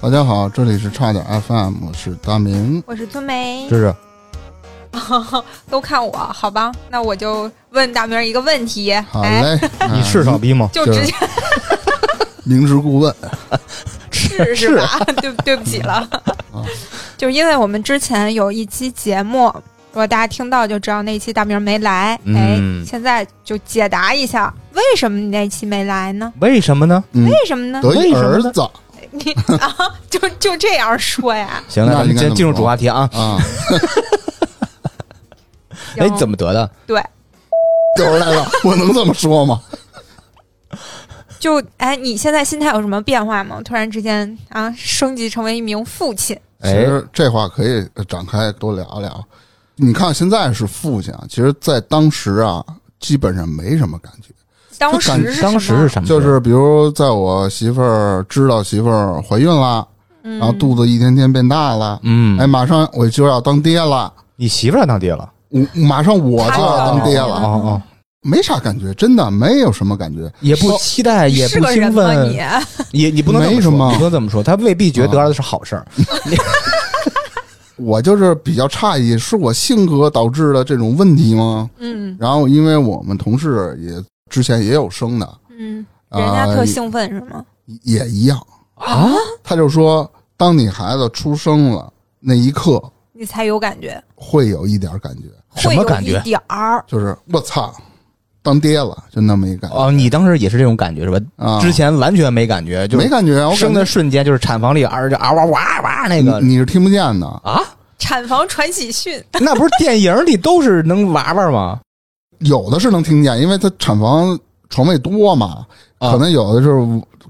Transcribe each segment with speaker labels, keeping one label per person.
Speaker 1: 大家好，这里是差点 FM，我是大明，
Speaker 2: 我是春梅
Speaker 1: 这，是
Speaker 2: 都看我，好吧？那我就问大明一个问题，
Speaker 1: 好
Speaker 2: 哎，
Speaker 1: 嘞，
Speaker 3: 你是
Speaker 1: 啊
Speaker 3: 傻逼吗？
Speaker 2: 就
Speaker 1: 就是
Speaker 2: 直接
Speaker 1: 明知故问，
Speaker 2: 试是吧？ 对对不起 了，
Speaker 3: 啊
Speaker 2: 就是因为我们之前有一期节目，如果大家听到就知道那期大明没来，哎，
Speaker 3: 嗯
Speaker 2: 现在就解答一下，为什么你那期没来呢？
Speaker 3: 为什么呢？
Speaker 1: 嗯，
Speaker 2: 为什么呢？
Speaker 1: 得一
Speaker 3: 哎为什么
Speaker 1: 儿
Speaker 3: 呢
Speaker 1: 子
Speaker 2: 你 啊，就就这样说呀？
Speaker 3: 行了，
Speaker 1: 那
Speaker 3: 咱
Speaker 1: 应
Speaker 3: 们
Speaker 1: 该
Speaker 3: 先
Speaker 1: 怎
Speaker 3: 进入
Speaker 1: 么
Speaker 3: 主
Speaker 1: 说
Speaker 3: 话题啊。
Speaker 1: 啊，
Speaker 3: 哎，
Speaker 2: 行
Speaker 3: 怎么得的？
Speaker 2: 对？
Speaker 1: 就是来了，我能这么说吗？
Speaker 2: 就哎，你现在心态有什么变化吗？突然之间啊，升级成为一名父亲，
Speaker 1: 其
Speaker 3: 哎，
Speaker 1: 实这话可以展开多聊聊。你看现在是父亲啊，其实，在当时啊，基本上没什么感觉。
Speaker 2: 当时是什么
Speaker 3: 当时是什么？
Speaker 1: 就是比如，在我媳妇儿知道媳妇儿怀孕啦，
Speaker 2: 嗯，
Speaker 1: 然
Speaker 3: 啊
Speaker 1: 后肚子一天天变大了，
Speaker 3: 嗯
Speaker 1: 哎，，马上我就要当爹了，
Speaker 3: 你媳妇儿当爹了？
Speaker 1: 我马上我就要当爹
Speaker 3: 哦
Speaker 1: 了，
Speaker 3: 哦，
Speaker 1: 没啥感觉，真的没有什么感觉。
Speaker 3: 也不期待，也
Speaker 2: 是
Speaker 3: 不
Speaker 2: 个人
Speaker 3: 兴
Speaker 2: 吗
Speaker 3: 奋，
Speaker 2: 你？
Speaker 3: 也你不能这
Speaker 1: 没
Speaker 3: 么
Speaker 1: 什
Speaker 3: 说，
Speaker 1: 么
Speaker 3: 你不能这么说，他未必觉得得儿子是好事儿。
Speaker 1: 我就是比较诧异，是我性格导致的这种问题吗？
Speaker 2: 嗯
Speaker 1: 然后，因为我们同事也之前也有生的，
Speaker 2: 嗯，
Speaker 1: 啊
Speaker 2: 人家特兴奋是吗？
Speaker 1: 也一样。
Speaker 3: 啊，
Speaker 1: 他就说，当你孩子出生了那一刻，
Speaker 2: 你才有感觉，
Speaker 1: 会有一点感觉，
Speaker 3: 什
Speaker 2: 会
Speaker 3: 么
Speaker 2: 有
Speaker 3: 感觉
Speaker 2: 一点儿，
Speaker 1: 就是我操，当爹了，就那么一感觉
Speaker 3: 哦，你当时也是这种感觉是吧？
Speaker 1: 啊。
Speaker 3: 之前完全没感觉，就
Speaker 1: 没感觉，啊我感觉嗯
Speaker 3: 生的瞬间就是产房里儿就啊哇哇哇那个
Speaker 1: 你你是听不见的。
Speaker 3: 啊，
Speaker 2: 产房传喜讯，
Speaker 3: 那不是电影里都是能娃娃吗？
Speaker 1: 有的是能听见，因为他产房床位多嘛，
Speaker 3: 啊
Speaker 1: 可能有的是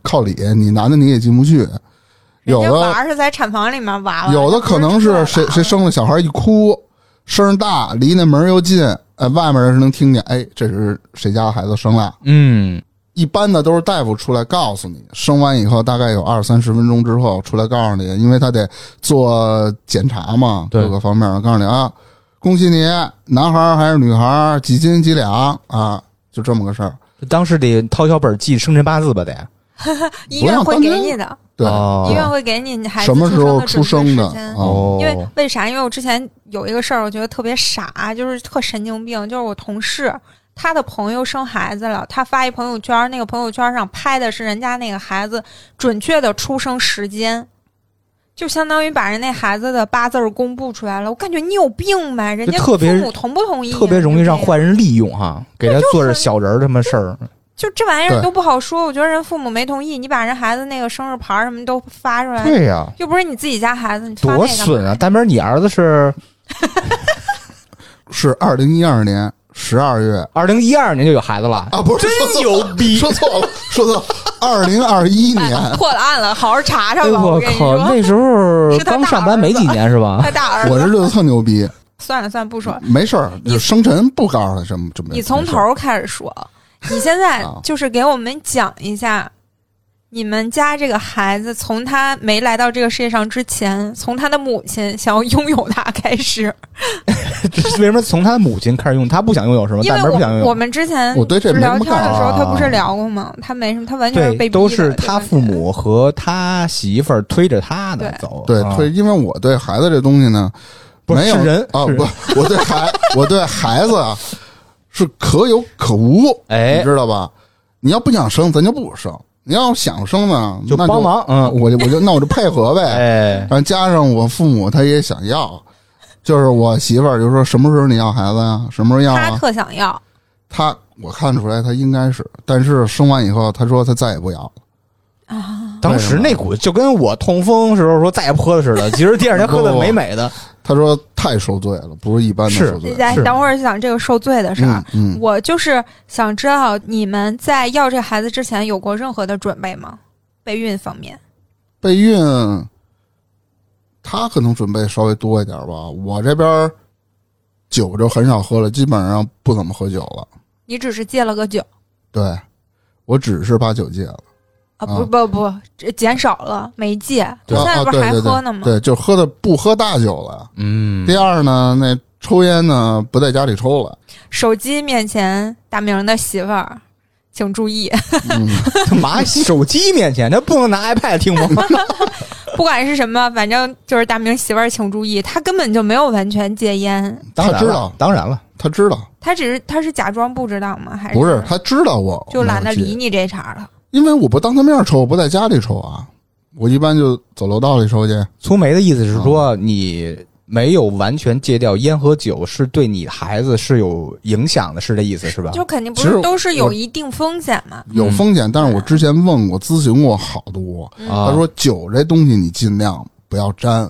Speaker 1: 靠里，你男的你也进不去， 有
Speaker 2: 人家娃
Speaker 1: 的
Speaker 2: 儿是在产房里面娃娃，
Speaker 1: 有的可能是谁
Speaker 2: 啊
Speaker 1: 谁生了小孩一哭，声儿大，离那门儿又近，哎，外面人是能听见，哎，这是谁家孩子生了。
Speaker 3: 嗯，
Speaker 1: 一般的都是大夫出来告诉你，生完以后大概有二三十分钟之后出来告诉你，因为他得做检查嘛，
Speaker 3: 对
Speaker 1: 各个方面告诉你啊，恭喜你，男孩儿还是女孩儿，几斤几两啊，就这么个事儿。
Speaker 3: 当时得掏小本记生辰八字吧得。
Speaker 2: 医院会给你的，
Speaker 1: 对，
Speaker 3: 哦
Speaker 2: 医院会给你你孩子
Speaker 1: 啊什么时候
Speaker 2: 出
Speaker 1: 出生的
Speaker 2: 准确时间
Speaker 1: 啊？
Speaker 3: 哦
Speaker 2: 因为为啥？因为我之前有一个事儿，我觉得特别傻，就是特神经病，就是我同事。他的朋友生孩子了，他发一朋友圈，那个朋友圈上拍的是人家那个孩子准确的出生时间，就相当于把人那孩子的八字儿公布出来了。我感觉你有病呗，人家
Speaker 3: 特别
Speaker 2: 父母同不同意啊，
Speaker 3: 特别容易让
Speaker 2: 对不对
Speaker 3: 坏人利用哈，给他做着小人儿什么事儿，
Speaker 2: 就这玩意儿
Speaker 1: 对
Speaker 2: 都不好说。我觉得人父母没同意，你把人孩子那个生日牌儿什么都发出来，
Speaker 3: 对呀、
Speaker 2: 又不是你自己家孩子，你发那
Speaker 3: 多
Speaker 2: 个
Speaker 3: 损啊！！大明儿，你儿子是
Speaker 1: 是二零一二年十二月
Speaker 3: 二零一二年就有孩子了
Speaker 1: 啊，不是说
Speaker 3: 真
Speaker 1: 错了
Speaker 3: 牛逼！
Speaker 1: 说错了，说错了，二零二 一
Speaker 2: 哎
Speaker 1: 年
Speaker 2: 呀破了案了，好好查查
Speaker 3: 哎
Speaker 2: 吧。
Speaker 3: 呦
Speaker 2: 我
Speaker 3: 我
Speaker 2: 跟你
Speaker 3: 靠，
Speaker 2: 说，
Speaker 3: 那时候
Speaker 2: 是他
Speaker 3: 刚
Speaker 2: 大
Speaker 3: 上班没几年是吧？
Speaker 2: 他大儿
Speaker 1: 我
Speaker 2: 子
Speaker 1: 这日子特牛逼，
Speaker 2: 算了算了，不说了。
Speaker 1: 没事儿，就生辰不告诉他什么准
Speaker 3: 嗯
Speaker 1: 备。
Speaker 2: 你从头儿开始说，你现在
Speaker 1: 啊
Speaker 2: 就是给我们讲一下，你们家这个孩子从他没来到这个世界上之前，从他的母亲想要拥有他开始，
Speaker 3: 为什么从他母亲开始用？他不想拥有是吗？
Speaker 2: 因
Speaker 3: 大
Speaker 2: 为
Speaker 3: 明儿不想拥
Speaker 2: 我我
Speaker 3: 有，
Speaker 2: 们之前
Speaker 1: 我对这没什
Speaker 2: 聊
Speaker 1: 么
Speaker 2: 天的时候，
Speaker 1: 感
Speaker 2: 他
Speaker 1: 觉
Speaker 2: 不是聊过吗？他没什么，他完全是被
Speaker 3: 啊对，
Speaker 2: 逼的
Speaker 3: 都是
Speaker 2: 这
Speaker 3: 他
Speaker 2: 个
Speaker 3: 父母和他媳妇儿推着他的
Speaker 2: 对
Speaker 3: 走，
Speaker 1: 对
Speaker 3: 啊
Speaker 1: 推，因为我对孩子这东西呢，
Speaker 3: 不是
Speaker 1: 没有
Speaker 3: 是人
Speaker 1: 啊，
Speaker 3: 是人
Speaker 1: 不，我对孩我对孩子啊是可有可无，
Speaker 3: 哎
Speaker 1: 你知道吧？你要不想生，咱就不生；你要想生呢，
Speaker 3: 就
Speaker 1: 那
Speaker 3: 帮忙，嗯，
Speaker 1: 我就我就那我就配合呗。
Speaker 3: 哎
Speaker 1: 然，后加上我父母他也想要，就是我媳妇儿就说什么时候你要孩子呀、什么时候要
Speaker 2: 他
Speaker 1: 啊？
Speaker 2: 特想要，
Speaker 1: 他我看出来他应该是，但是生完以后他说他再也不要了。
Speaker 3: 当时那股就跟我痛风时候说再也不喝了似的，其实第二天喝的美美的，
Speaker 1: 他说太受罪了，不是一般的
Speaker 3: 是
Speaker 1: 受罪。
Speaker 2: 来
Speaker 3: 是
Speaker 2: 等会儿讲这个受罪的事儿。
Speaker 1: 嗯嗯，
Speaker 2: 我就是想知道你们在要这孩子之前有过任何的准备吗？备孕方面，
Speaker 1: 备孕，他可能准备稍微多一点吧。我这边儿酒就很少喝了，基本上不怎么喝酒了。
Speaker 2: 你只是戒了个酒
Speaker 1: 对，我只是把酒戒了。
Speaker 2: 啊？
Speaker 1: 啊
Speaker 2: 不不不，这减少了，没戒。
Speaker 3: 对
Speaker 2: 现在
Speaker 1: 啊，
Speaker 2: 不是还
Speaker 1: 对对
Speaker 2: 喝呢
Speaker 1: 对，
Speaker 2: 吗？
Speaker 1: 对，就喝的不喝大酒了。
Speaker 3: 嗯
Speaker 1: 第二呢，那抽烟呢不在家里抽了。
Speaker 2: 手机面前，大明的媳妇儿，请注意，
Speaker 1: 嗯，
Speaker 3: 干嘛？手机面前，他不能拿 iPad 听吗？
Speaker 2: 不管是什么，反正就是大明媳妇儿请注意，她根本就没有完全戒烟，
Speaker 3: 当然
Speaker 1: 他知
Speaker 3: 了
Speaker 1: 道，
Speaker 3: 当然了，
Speaker 1: 他知道
Speaker 2: 她只是她是假装不知道吗？还是
Speaker 1: 不是？他知道我
Speaker 2: 就懒得
Speaker 1: 我有戒
Speaker 2: 理你这茬儿了？
Speaker 1: 因为我不当他面抽，我不在家里抽啊，我一般就走楼道里抽去。
Speaker 3: 粗梅的意思是
Speaker 1: 哦
Speaker 3: 说，你没有完全戒掉烟和酒，是对你孩子是有影响的，是这意思是吧？
Speaker 2: 就肯定不
Speaker 1: 其实
Speaker 2: 是
Speaker 1: 我
Speaker 2: 都是有一定风险嘛？
Speaker 1: 有风险，但是我之前问过、咨询过好多，
Speaker 3: 嗯啊
Speaker 1: 他说酒这东西你尽量不要沾，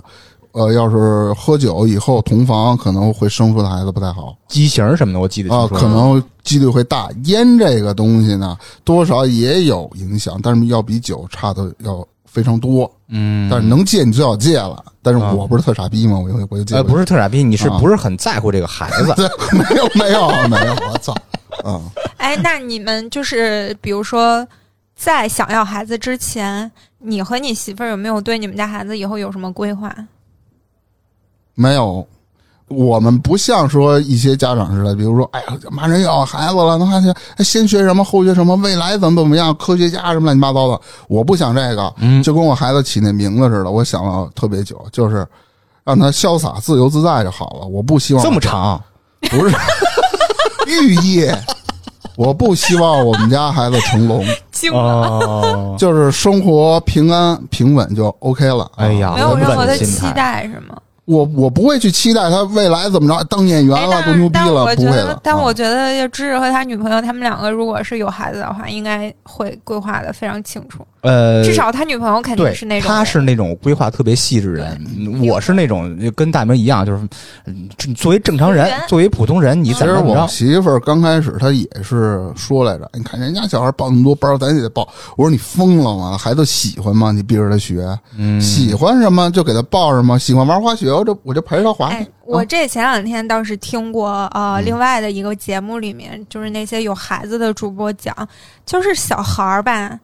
Speaker 1: 呃，要是喝酒以后同房可能会生出的孩子不太好
Speaker 3: 畸形什么的，我记得
Speaker 1: 啊，
Speaker 3: 清楚
Speaker 1: 可能几率会大。烟这个东西呢，多少也有影响，但是要比酒差的要非常多。
Speaker 3: 嗯，
Speaker 1: 但是能戒你最好戒了。但是
Speaker 3: 啊
Speaker 1: 我不是特傻逼吗？我就我就戒
Speaker 3: 呃，
Speaker 1: 了。
Speaker 3: 不是特傻逼，你是
Speaker 1: 啊
Speaker 3: 不是很在乎这个孩子？
Speaker 1: 是， 没有没有没有，我操！嗯，
Speaker 2: 哎，那你们就是比如说，在想要孩子之前，你和你媳妇儿有没有对你们家孩子以后有什么规划？
Speaker 1: 没有，我们不像说一些家长似的，比如说，哎呀，马上要孩子了，那还是哎先学什么，后学什么，未来怎么怎么样，科学家什么乱七八糟的，我不想这个，
Speaker 3: 嗯
Speaker 1: 就跟我孩子起那名字似的，我想了特别久，就是让他潇洒自由自在就好了，我不 希望啊
Speaker 3: 这么长，
Speaker 1: 不是寓意。我不希望我们家孩子成 龙，
Speaker 2: 惊
Speaker 3: 哦，
Speaker 1: 就是生活平安平稳就 OK 了。啊
Speaker 3: 哎呀，
Speaker 2: 没有
Speaker 3: 我不
Speaker 2: 任
Speaker 3: 敢
Speaker 2: 何啊的
Speaker 3: 心
Speaker 2: 期
Speaker 3: 态，
Speaker 2: 待是吗？
Speaker 1: 我我不会去期待他未来怎么着当演员
Speaker 2: 哎
Speaker 1: 了，
Speaker 2: 但
Speaker 1: 多牛逼
Speaker 2: 但
Speaker 1: 了
Speaker 2: 我，
Speaker 1: 不
Speaker 2: 觉
Speaker 1: 会
Speaker 2: 得
Speaker 1: 的。，
Speaker 2: 但
Speaker 1: 嗯
Speaker 2: 我觉得就芝芝和他女朋友，他们两个如果是有孩子的话，应该会规划的非常清楚。
Speaker 3: 呃，
Speaker 1: 哎
Speaker 2: 至少他女朋友肯定
Speaker 3: 对，
Speaker 2: 是那种人，
Speaker 3: 他是那种规划特别细致的人，我是那种就跟大明一样，就是嗯这作为正常
Speaker 2: 普
Speaker 3: 人
Speaker 2: 通人，嗯
Speaker 3: 作为普通人，你
Speaker 1: 其
Speaker 3: 怎
Speaker 1: 实
Speaker 3: 么
Speaker 1: 我
Speaker 3: 着？
Speaker 1: 媳妇儿刚开始她也是说来着，你看人家小孩报那么多班儿，咱也得报。我说你疯了吗？孩子喜欢吗？你逼着他学，
Speaker 3: 嗯
Speaker 1: 喜欢什么就给他报什么。喜欢玩滑雪，我就我就陪着他滑去。
Speaker 2: 哎，我
Speaker 1: 啊嗯
Speaker 2: 这前两天倒是听过，呃，另外的一个节目里面，就是那些有孩子的主播讲，就是小孩儿吧，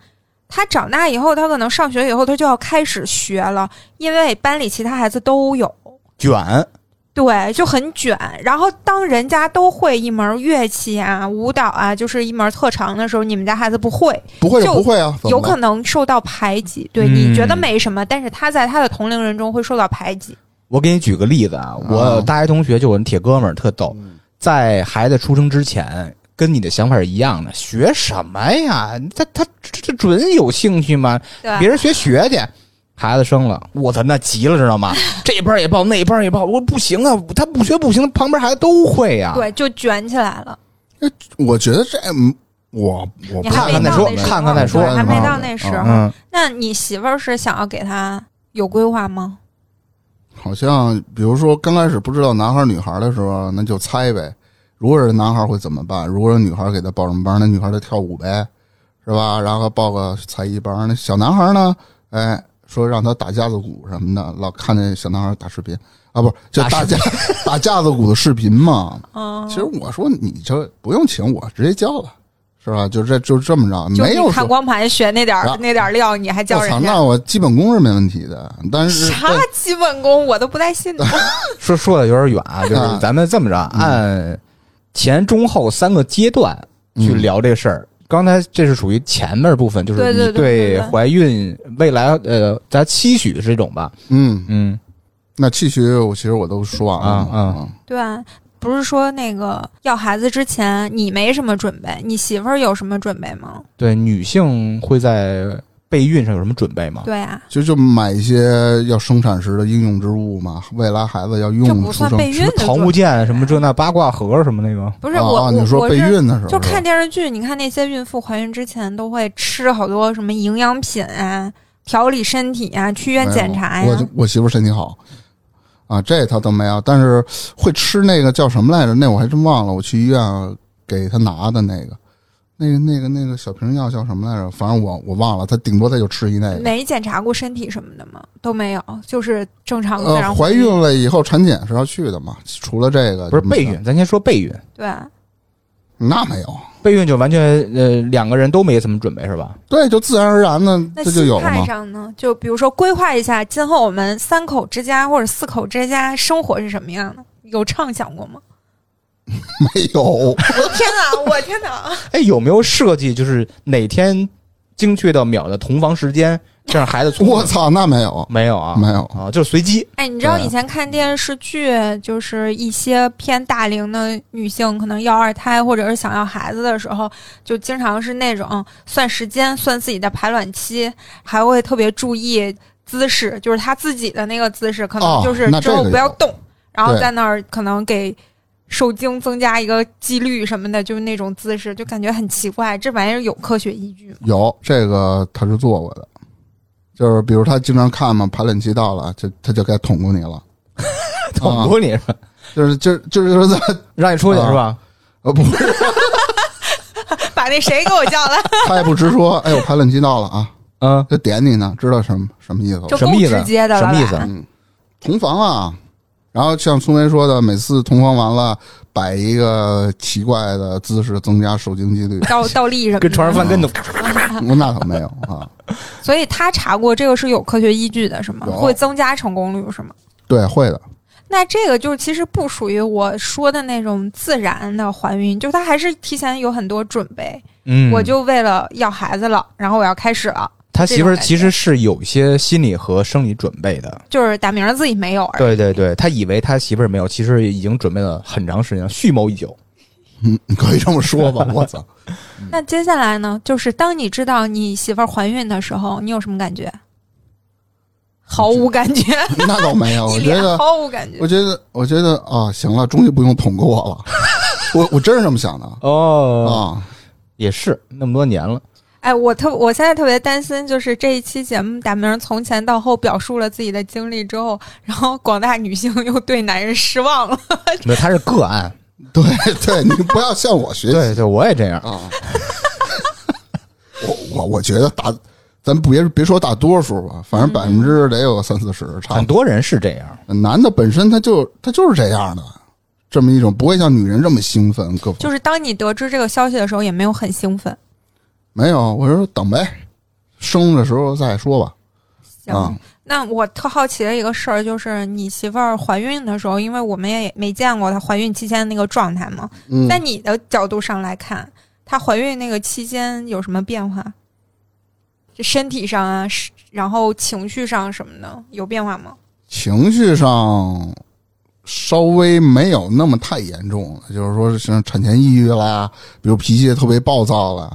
Speaker 2: 他长大以后，他可能上学以后，他就要开始学了，因为班里其他孩子都有，
Speaker 3: 卷，
Speaker 2: 对，就很卷。然后当人家都会一门乐器啊、舞蹈啊，就是一门特长的时候，你们家孩子不会，
Speaker 1: 不会
Speaker 2: 就
Speaker 1: 不会啊，怎么
Speaker 2: 有
Speaker 1: 了
Speaker 2: 可能受到排挤。对，
Speaker 3: 嗯
Speaker 2: 你觉得没什么，但是他在他的同龄人中会受到排挤。
Speaker 3: 我给你举个例子啊，我大学同学就我那铁哥们儿特逗，在孩子出生之前。跟你的想法是一样的，学什么呀？他他这这准有兴趣吗？
Speaker 2: 对吧，
Speaker 3: 别人学学去。孩子生了，我操，那急了，知道吗？这班也报，那班也报，我说不行啊，他不学不行，旁边孩子都会呀、
Speaker 2: 对，就卷起来了。
Speaker 1: 我觉得这嗯我我
Speaker 2: 你
Speaker 1: 不
Speaker 2: 还
Speaker 1: 太
Speaker 2: 没
Speaker 3: 看看再
Speaker 2: 到
Speaker 3: 说
Speaker 2: 那时候
Speaker 3: 看看再说
Speaker 2: 对还没到那时候。
Speaker 3: 嗯，
Speaker 2: 那你媳妇儿是想要给他有规划吗？
Speaker 1: 好像比如说刚开始不知道男孩儿女孩儿的时候，啊那就猜呗。如果是男孩儿会怎么办？如果是女孩儿给他报什么班儿，那女孩儿就跳舞呗，是吧？然后报个才艺班儿。那小男孩儿呢？哎，说让他打架子鼓什么的，老看见小男孩儿打视频啊，不是就
Speaker 3: 打
Speaker 1: 打
Speaker 3: 视
Speaker 1: 架 打架子鼓的视频嘛。
Speaker 2: 嗯，
Speaker 1: 其实我说你这不用请我，直接教了，是吧？就这就这么着，
Speaker 2: 就
Speaker 1: 没有
Speaker 2: 你看
Speaker 1: 说。
Speaker 2: 光盘学那点儿
Speaker 1: 啊
Speaker 2: 那点儿料，你还教
Speaker 1: 我操，
Speaker 2: 人
Speaker 1: 那
Speaker 2: 家
Speaker 1: 我基本功是没问题的，但是
Speaker 2: 啥
Speaker 1: 但
Speaker 2: 基本功，我都不带信的。
Speaker 3: 说说的有点远啊，就是咱们这么着，按前中后三个阶段去聊这事儿。刚才这是属于前面部分，就是
Speaker 2: 对对对
Speaker 3: 你
Speaker 2: 对对
Speaker 3: 怀孕未来呃，咱期许的这种吧，
Speaker 1: 嗯，
Speaker 3: 嗯，
Speaker 1: 那继续，我其实我都说完了
Speaker 3: 啊啊
Speaker 1: 嗯
Speaker 2: 对啊，不是说那个要孩子之前你没什么准备，你媳妇儿有什么准备吗？
Speaker 3: 对，女性会在备孕上有什么准备吗？
Speaker 2: 对啊，
Speaker 1: 就就买一些要生产时的应用之物嘛，未来孩子要
Speaker 2: 这
Speaker 1: 用
Speaker 2: 不
Speaker 1: 出
Speaker 2: 算
Speaker 1: 生。
Speaker 2: 备孕
Speaker 3: 什么
Speaker 2: 的
Speaker 3: 桃
Speaker 2: 准
Speaker 3: 木剑什么这那八卦盒什么那个，
Speaker 2: 不是
Speaker 1: 啊
Speaker 2: 我
Speaker 1: 啊，
Speaker 2: 我
Speaker 1: 你说
Speaker 2: 我
Speaker 1: 备
Speaker 2: 是
Speaker 1: 孕的时候，
Speaker 2: 就看电视剧，你看那些孕妇怀孕之前都会吃好多什么营养品啊，调理身体啊，去医院检查
Speaker 1: 没有
Speaker 2: 呀
Speaker 1: 我。我媳妇身体好啊，这她倒没有，但是会吃那个叫什么来着？那我还真忘了。我去医院给她拿的那个，那个那个那个小瓶药叫什么来着？反正我我忘了，她顶多她就吃一那个。
Speaker 2: 没检查过身体什么的吗？都没有，就是正常自
Speaker 1: 呃，
Speaker 2: 然
Speaker 1: 怀
Speaker 2: 孕。
Speaker 1: 孕了以后产检是要去的嘛？除了这个
Speaker 3: 不是
Speaker 1: 就没
Speaker 3: 备
Speaker 1: 啥
Speaker 3: 孕，咱先说备孕，
Speaker 2: 对，啊
Speaker 1: 那没有，
Speaker 3: 备孕就完全呃两个人都没怎么准备是吧？
Speaker 1: 对，就自然而然的
Speaker 2: 那
Speaker 1: 这就有
Speaker 2: 心
Speaker 1: 了
Speaker 2: 态
Speaker 1: 嘛。
Speaker 2: 上呢？就比如说规划一下，今后我们三口之家或者四口之家生活是什么样的？有畅想过吗？
Speaker 1: 没有，
Speaker 2: 我 天哪！我天哪！
Speaker 3: 哎，有没有设计就是哪天精确到秒的同房时间，这样孩子聪 明
Speaker 1: 我操，那没有，
Speaker 3: 没有啊，
Speaker 1: 没有
Speaker 3: 啊，就是随机。
Speaker 2: 哎，你知道
Speaker 3: 对
Speaker 2: 以前看电视剧，就是一些偏大龄的女性，可能要二胎或者是想要孩子的时候，就经常是那种算时间、算自己的排卵期，还会特别注意姿势，就是她自己的那个姿势，可能
Speaker 1: 哦
Speaker 2: 就是
Speaker 1: 那
Speaker 2: 之
Speaker 1: 这
Speaker 2: 后
Speaker 1: 个
Speaker 2: 不要
Speaker 1: 有
Speaker 2: 动，然后
Speaker 1: 对
Speaker 2: 在那儿可能给受精增加一个几率什么的，就是那种姿势，就感觉很奇怪。这玩意儿有科学依据吗？
Speaker 1: 有这个他是做过的，就是比如他经常看嘛，排卵期到了，就他就该捅咕你了，
Speaker 3: 捅咕你是吧？
Speaker 1: 就是就就是说在
Speaker 3: 让你出去
Speaker 1: 啊
Speaker 3: 是吧？
Speaker 1: 呃不是，
Speaker 2: 把那谁给我叫来，
Speaker 1: 他也不直说，哎呦排卵期到了啊，
Speaker 3: 嗯，
Speaker 1: 就点你呢，知道什么什么意思了嗯
Speaker 2: 就？
Speaker 3: 什
Speaker 2: 够
Speaker 3: 么意思
Speaker 2: 直接的了
Speaker 3: 什
Speaker 2: 吧。，
Speaker 3: 么意思啊？
Speaker 1: 同房啊，然后像苏梅说的，每次同房完了摆一个奇怪的姿势，增加受精几率
Speaker 2: 倒倒立什么的？
Speaker 3: 跟床上翻跟头，
Speaker 1: 那倒没有啊。
Speaker 2: 所以他查过这个是有科学依据的，是吗？
Speaker 1: 有
Speaker 2: 会增加成功率是吗？
Speaker 1: 对，会的，
Speaker 2: 那这个就是其实不属于我说的那种自然的怀孕，就是他还是提前有很多准备。
Speaker 3: 嗯，
Speaker 2: 我就为了要孩子了，然后我要开始了，
Speaker 3: 他媳妇儿其实是有一些心理和生理准备的。
Speaker 2: 就是打明儿自己没有而已。
Speaker 3: 对对对，他以为他媳妇儿没有，其实已经准备了很长时间，蓄谋已久。
Speaker 1: 嗯，可以这么说吧。我操，
Speaker 2: 那接下来呢，就是当你知道你媳妇儿怀孕的时候，你有什么感觉？毫无感觉，
Speaker 1: 那倒没有， 我
Speaker 2: 一
Speaker 1: 觉
Speaker 2: 脸
Speaker 1: 得，
Speaker 2: 毫无感觉
Speaker 1: 我。觉得，我觉得啊，行了，终于不用捅过我了。 我我真是这么想的
Speaker 3: 哦，
Speaker 1: 啊。
Speaker 3: 也是那么多年了，
Speaker 2: 哎，我特我现在特别担心，就是这一期节目打明儿从前到后表述了自己的经历之后，然后广大女性又对男人失望了。
Speaker 3: 没有，他是个案。
Speaker 1: 对对，你不要向我学习
Speaker 3: 对对，我也这样。
Speaker 1: 啊。我我我觉得大，咱别别说大多数吧，反
Speaker 2: 嗯
Speaker 1: 正百分之得有个三四十，差不
Speaker 3: 很
Speaker 1: 多。
Speaker 3: 多人是这样，
Speaker 1: 男的本身他就他就是这样的，这么一种不会像女人这么兴奋，各
Speaker 2: 就是当你得知这个消息的时候，也没有很兴奋。
Speaker 1: 没有。我说等呗，生的时候再说吧。
Speaker 2: 行，
Speaker 1: 啊
Speaker 2: 那我特好奇的一个事儿就是，你媳妇儿怀孕的时候，因为我们也没见过她怀孕期间的那个状态嘛，
Speaker 1: 嗯，
Speaker 2: 在你的角度上来看，她怀孕那个期间有什么变化？这身体上啊，是然后情绪上什么的有变化吗？
Speaker 1: 情绪上稍微没有那么太严重了，就是说像产前抑郁啦，比如脾气特别暴躁啦，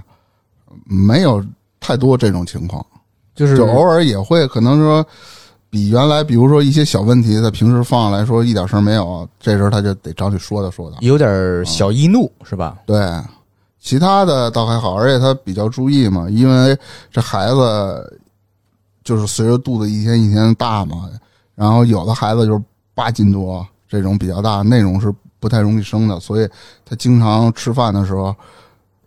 Speaker 1: 没有太多这种情况，
Speaker 3: 就是
Speaker 1: 就偶尔也会可能说。比原来，比如说一些小问题，在平时放来说一点事儿没有，这时候他就得找你说道说道。
Speaker 3: 有点小易怒，是吧？
Speaker 1: 对，其他的倒还好，而且他比较注意嘛，因为这孩子就是随着肚子一天一天大嘛，然后有的孩子就是八斤多这种比较大，那种是不太容易生的，所以他经常吃饭的时候。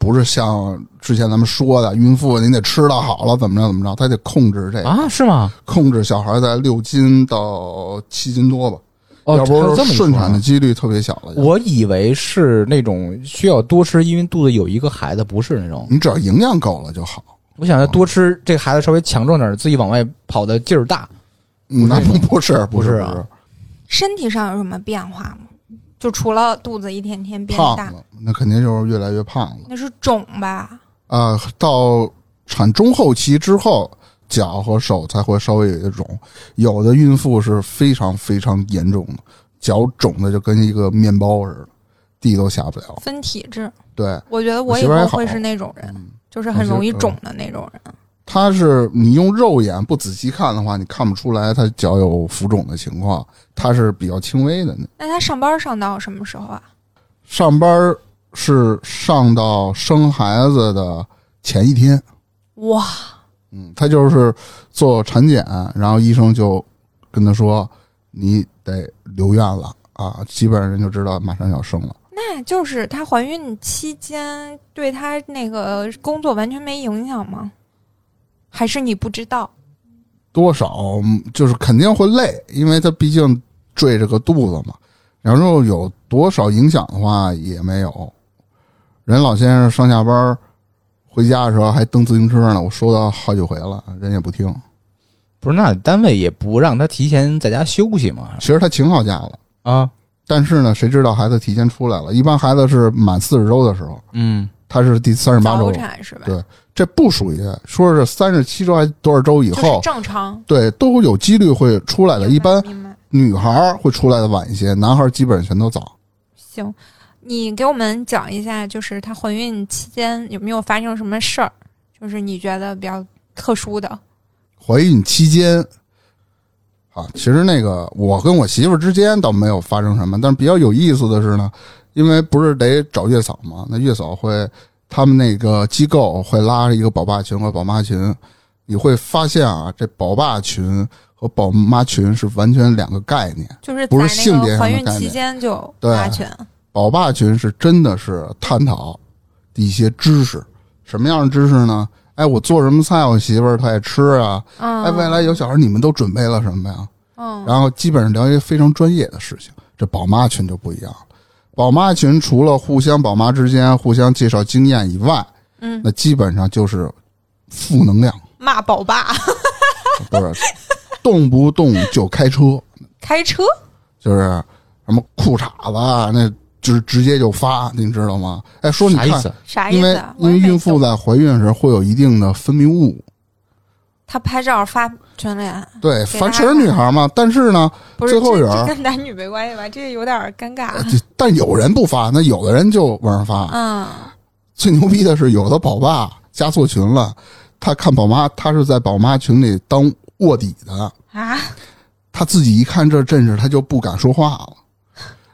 Speaker 1: 不是像之前咱们说的，孕妇您得吃的好了，怎么着怎么着，他得控制这个，
Speaker 3: 啊，是吗？
Speaker 1: 控制小孩在六斤到七斤多吧，
Speaker 3: 哦，
Speaker 1: 要
Speaker 3: 还有
Speaker 1: 不
Speaker 3: 这么一说
Speaker 1: 顺产的几率特别小了。
Speaker 3: 我以为是那种需要多吃，因为肚子有一个孩子，不是那种。
Speaker 1: 你只要营养够了就好。
Speaker 3: 我想要多吃，这个孩子稍微强壮点儿，自己往外跑的劲儿大。
Speaker 1: 嗯那
Speaker 3: 不
Speaker 1: 不不是
Speaker 3: 不
Speaker 1: 不
Speaker 3: 是
Speaker 1: 是
Speaker 3: 啊
Speaker 1: 不是
Speaker 2: 身体上有什么变化吗？就除了肚子一天天变
Speaker 1: 胖
Speaker 2: 大，
Speaker 1: 了，那肯定就是越来越胖了
Speaker 2: 那是肿吧？
Speaker 1: 啊、到产中后期之后，脚和手才会稍微有些肿，有的孕妇是非常非常严重的，脚肿的就跟一个面包似的，地都下不了。
Speaker 2: 分体质，
Speaker 1: 对，
Speaker 2: 我觉得
Speaker 1: 我
Speaker 2: 我
Speaker 1: 媳
Speaker 2: 以
Speaker 1: 妇儿
Speaker 2: 后
Speaker 1: 还
Speaker 2: 会
Speaker 1: 好
Speaker 2: 是那种人，
Speaker 1: 嗯，
Speaker 2: 就是很
Speaker 1: 我觉
Speaker 2: 容易
Speaker 1: 得
Speaker 2: 肿的那种人。
Speaker 1: 它是你用肉眼不仔细看的话，你看不出来它脚有浮肿的情况，它是比较轻微的那。
Speaker 2: 那他上班上到什么时候啊？
Speaker 1: 上班是上到生孩子的前一天。
Speaker 2: 哇，
Speaker 1: 嗯，他就是做产检，然后医生就跟他说：“你得留院了啊！”基本上人就知道马上要生了。
Speaker 2: 那就是她怀孕期间对她那个工作完全没影响吗？还是你不知道？
Speaker 1: 多少嗯就是肯定会累，因为他毕竟坠着个肚子嘛。然后有多少影响的话也没有。人老先生上下班回家的时候还蹬自行车呢，我说他好几回了，人也不听。
Speaker 3: 不是，那单位也不让他提前在家休息嘛？
Speaker 1: 其实他请好假了，
Speaker 3: 啊，
Speaker 1: 但是呢，谁知道孩子提前出来了？一般孩子是满四十周的时候。
Speaker 3: 嗯，
Speaker 1: 它是第三十八
Speaker 2: 早
Speaker 1: 周，
Speaker 2: 产是吧？
Speaker 1: 对这不属于说是三十七周还多少周以
Speaker 2: 就
Speaker 1: 后
Speaker 2: 是，正常
Speaker 1: 对都有几率会出来的。一般
Speaker 2: 明白明白
Speaker 1: 女孩儿会出来的晚一些，男孩儿基本上全都早。
Speaker 2: 行，你给我们讲一下，就是她怀孕期间有没有发生什么事儿？就是你觉得比较特殊的，
Speaker 1: 怀孕期间啊，其实那个我跟我媳妇儿之间倒没有发生什么，但是比较有意思的是呢，因为不是得找月嫂嘛，那月嫂会他们那个机构会拉一个宝爸群和宝妈群，你会发现啊，这宝爸群和宝妈群是完全两个概念。
Speaker 2: 就是在
Speaker 1: 不是性
Speaker 2: 那
Speaker 1: 别
Speaker 2: 个
Speaker 1: 上
Speaker 2: 怀
Speaker 1: 的
Speaker 2: 孕
Speaker 1: 概
Speaker 2: 期
Speaker 1: 念
Speaker 2: 间就
Speaker 1: 对
Speaker 2: 拉群，
Speaker 1: 宝爸群是真的是探讨一些知识，什么样的知识呢？哎，我做什么菜，我媳妇儿她爱吃啊。
Speaker 2: 嗯，
Speaker 1: 哎，未来有小孩，你们都准备了什么呀？
Speaker 2: 嗯，
Speaker 1: 然后基本上聊一些非常专业的事情。这宝妈群就不一样了，宝妈群除了互相宝妈之间互相介绍经验以外，
Speaker 2: 嗯，
Speaker 1: 那基本上就是负能量，
Speaker 2: 骂宝爸
Speaker 1: 不是动不动就开车，
Speaker 2: 开车，
Speaker 1: 就是什么裤衩子啊，那就是直接就发，你知道吗？哎，说你
Speaker 3: 啥意
Speaker 1: 看，
Speaker 3: 思？
Speaker 2: 啥意
Speaker 1: 因
Speaker 2: 思
Speaker 1: 为
Speaker 2: 啊？
Speaker 1: 因
Speaker 2: 我
Speaker 1: 为
Speaker 2: 也没
Speaker 1: 孕妇
Speaker 2: 懂
Speaker 1: 在怀孕时会有一定的分泌物，
Speaker 2: 她拍照发群里，
Speaker 1: 对，
Speaker 2: 给
Speaker 1: 凡
Speaker 2: 她
Speaker 1: 是
Speaker 2: 看
Speaker 1: 女孩嘛，但是呢，
Speaker 2: 不是
Speaker 1: 最后
Speaker 2: 这
Speaker 1: 人儿
Speaker 2: 这跟男女没关系吧？这 个有点儿尴 尬。
Speaker 1: 这但有人不发，那有的人就往上发，
Speaker 2: 啊嗯，
Speaker 1: 最牛逼的是，有的宝爸加错群了，他看宝妈，他是在宝妈群里当卧底的，
Speaker 2: 啊，
Speaker 1: 他自己一看这阵势，他就不敢说话了。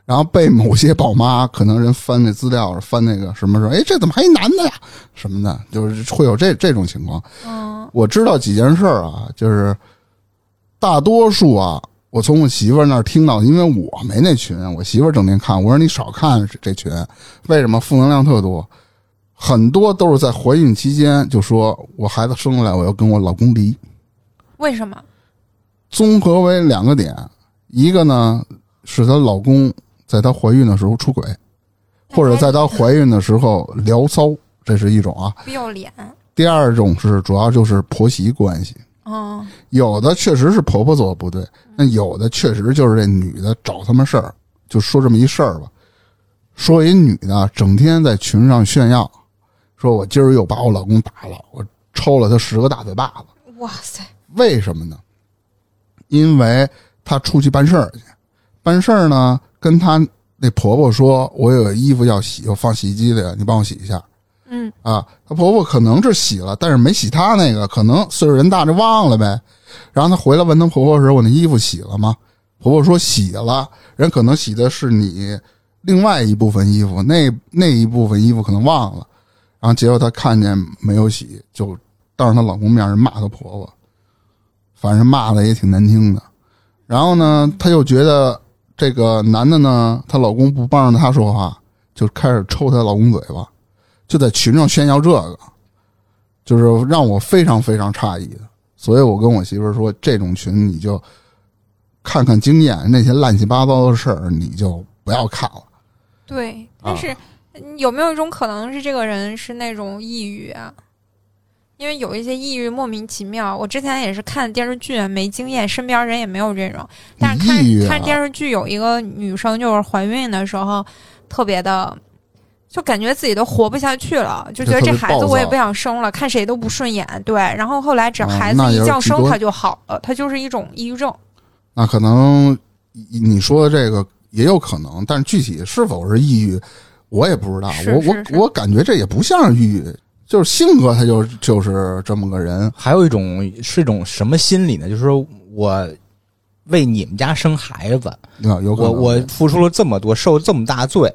Speaker 1: 然后被某些宝妈可能人翻那资料，翻那个什么时候，哎，这怎么还一男的呀？什么的，就是会有这这种情况。
Speaker 2: 嗯
Speaker 1: 我知道几件事儿啊，就是大多数啊，我从我媳妇儿那儿听到，因为我没那群，我媳妇儿整天看，我说你少看这这群，为什么负能量特多？很多都是在怀孕期间就说我孩子生下来我要跟我老公离，
Speaker 2: 为什么？
Speaker 1: 综合为两个点，一个呢是她老公在她怀孕的时候出轨，或者在她怀孕的时候聊骚，这是一种啊。
Speaker 2: 不要脸。
Speaker 1: 第二种是主要就是婆媳关系，
Speaker 2: 嗯，
Speaker 1: 有的确实是婆婆做的不对，那有的确实就是这女的找他们事儿，就说这么一事儿吧。说一女的整天在群上炫耀，说我今儿又把我老公打了，我抽了他十个大嘴巴子。
Speaker 2: 哇塞，
Speaker 1: 为什么呢？因为她出去办事儿去，办事儿呢，跟她那婆婆说，我有衣服要洗，我放洗衣机里，你帮我洗一下。
Speaker 2: 嗯
Speaker 1: 啊，她婆婆可能是洗了，但是没洗她那个，可能岁数人大就忘了呗。然后她回来问她婆婆时，我那衣服洗了吗？婆婆说洗了，人可能洗的是你另外一部分衣服，那那一部分衣服可能忘了。然后结果她看见没有洗，就当着她老公面儿骂她婆婆，反正骂的也挺难听的。然后呢，她又觉得这个男的呢，她老公不帮着她说话，就开始抽她老公嘴巴。就在群上炫耀这个，就是让我非常非常诧异的。所以我跟我媳妇儿说，这种群你就看看经验，那些乱七八糟的事儿你就不要看了。
Speaker 2: 对，
Speaker 1: 啊
Speaker 2: 但是、嗯有没有一种可能是这个人是那种抑郁啊？因为有一些抑郁莫名其妙，我之前也是看电视剧，没经验，身边人也没有这种。但是看
Speaker 1: 抑郁啊
Speaker 2: 看电视剧，有一个女生就是怀孕的时候，特别的，就感觉自己都活不下去了，就觉得
Speaker 1: 就特
Speaker 2: 这
Speaker 1: 别
Speaker 2: 孩
Speaker 1: 暴
Speaker 2: 子
Speaker 1: 躁
Speaker 2: 我也不想生了，看谁都不顺眼。对，然后后来只要
Speaker 1: 啊
Speaker 2: 孩子
Speaker 1: 那
Speaker 2: 一
Speaker 1: 有
Speaker 2: 降
Speaker 1: 极
Speaker 2: 生，
Speaker 1: 端
Speaker 2: 她就好了，她就是一种抑郁症。
Speaker 1: 那可能你说的这个也有可能，但具体是否是抑郁，我也不知道。
Speaker 2: 是
Speaker 1: 我
Speaker 2: 是是
Speaker 1: 我我感觉这也不像是抑郁，就是性格他就就是这么个人。
Speaker 3: 还有一种是一种什么心理呢？就是说我为你们家生孩子，
Speaker 1: 有有可
Speaker 3: 我
Speaker 1: 能
Speaker 3: 我付出了这么多，受这么大罪，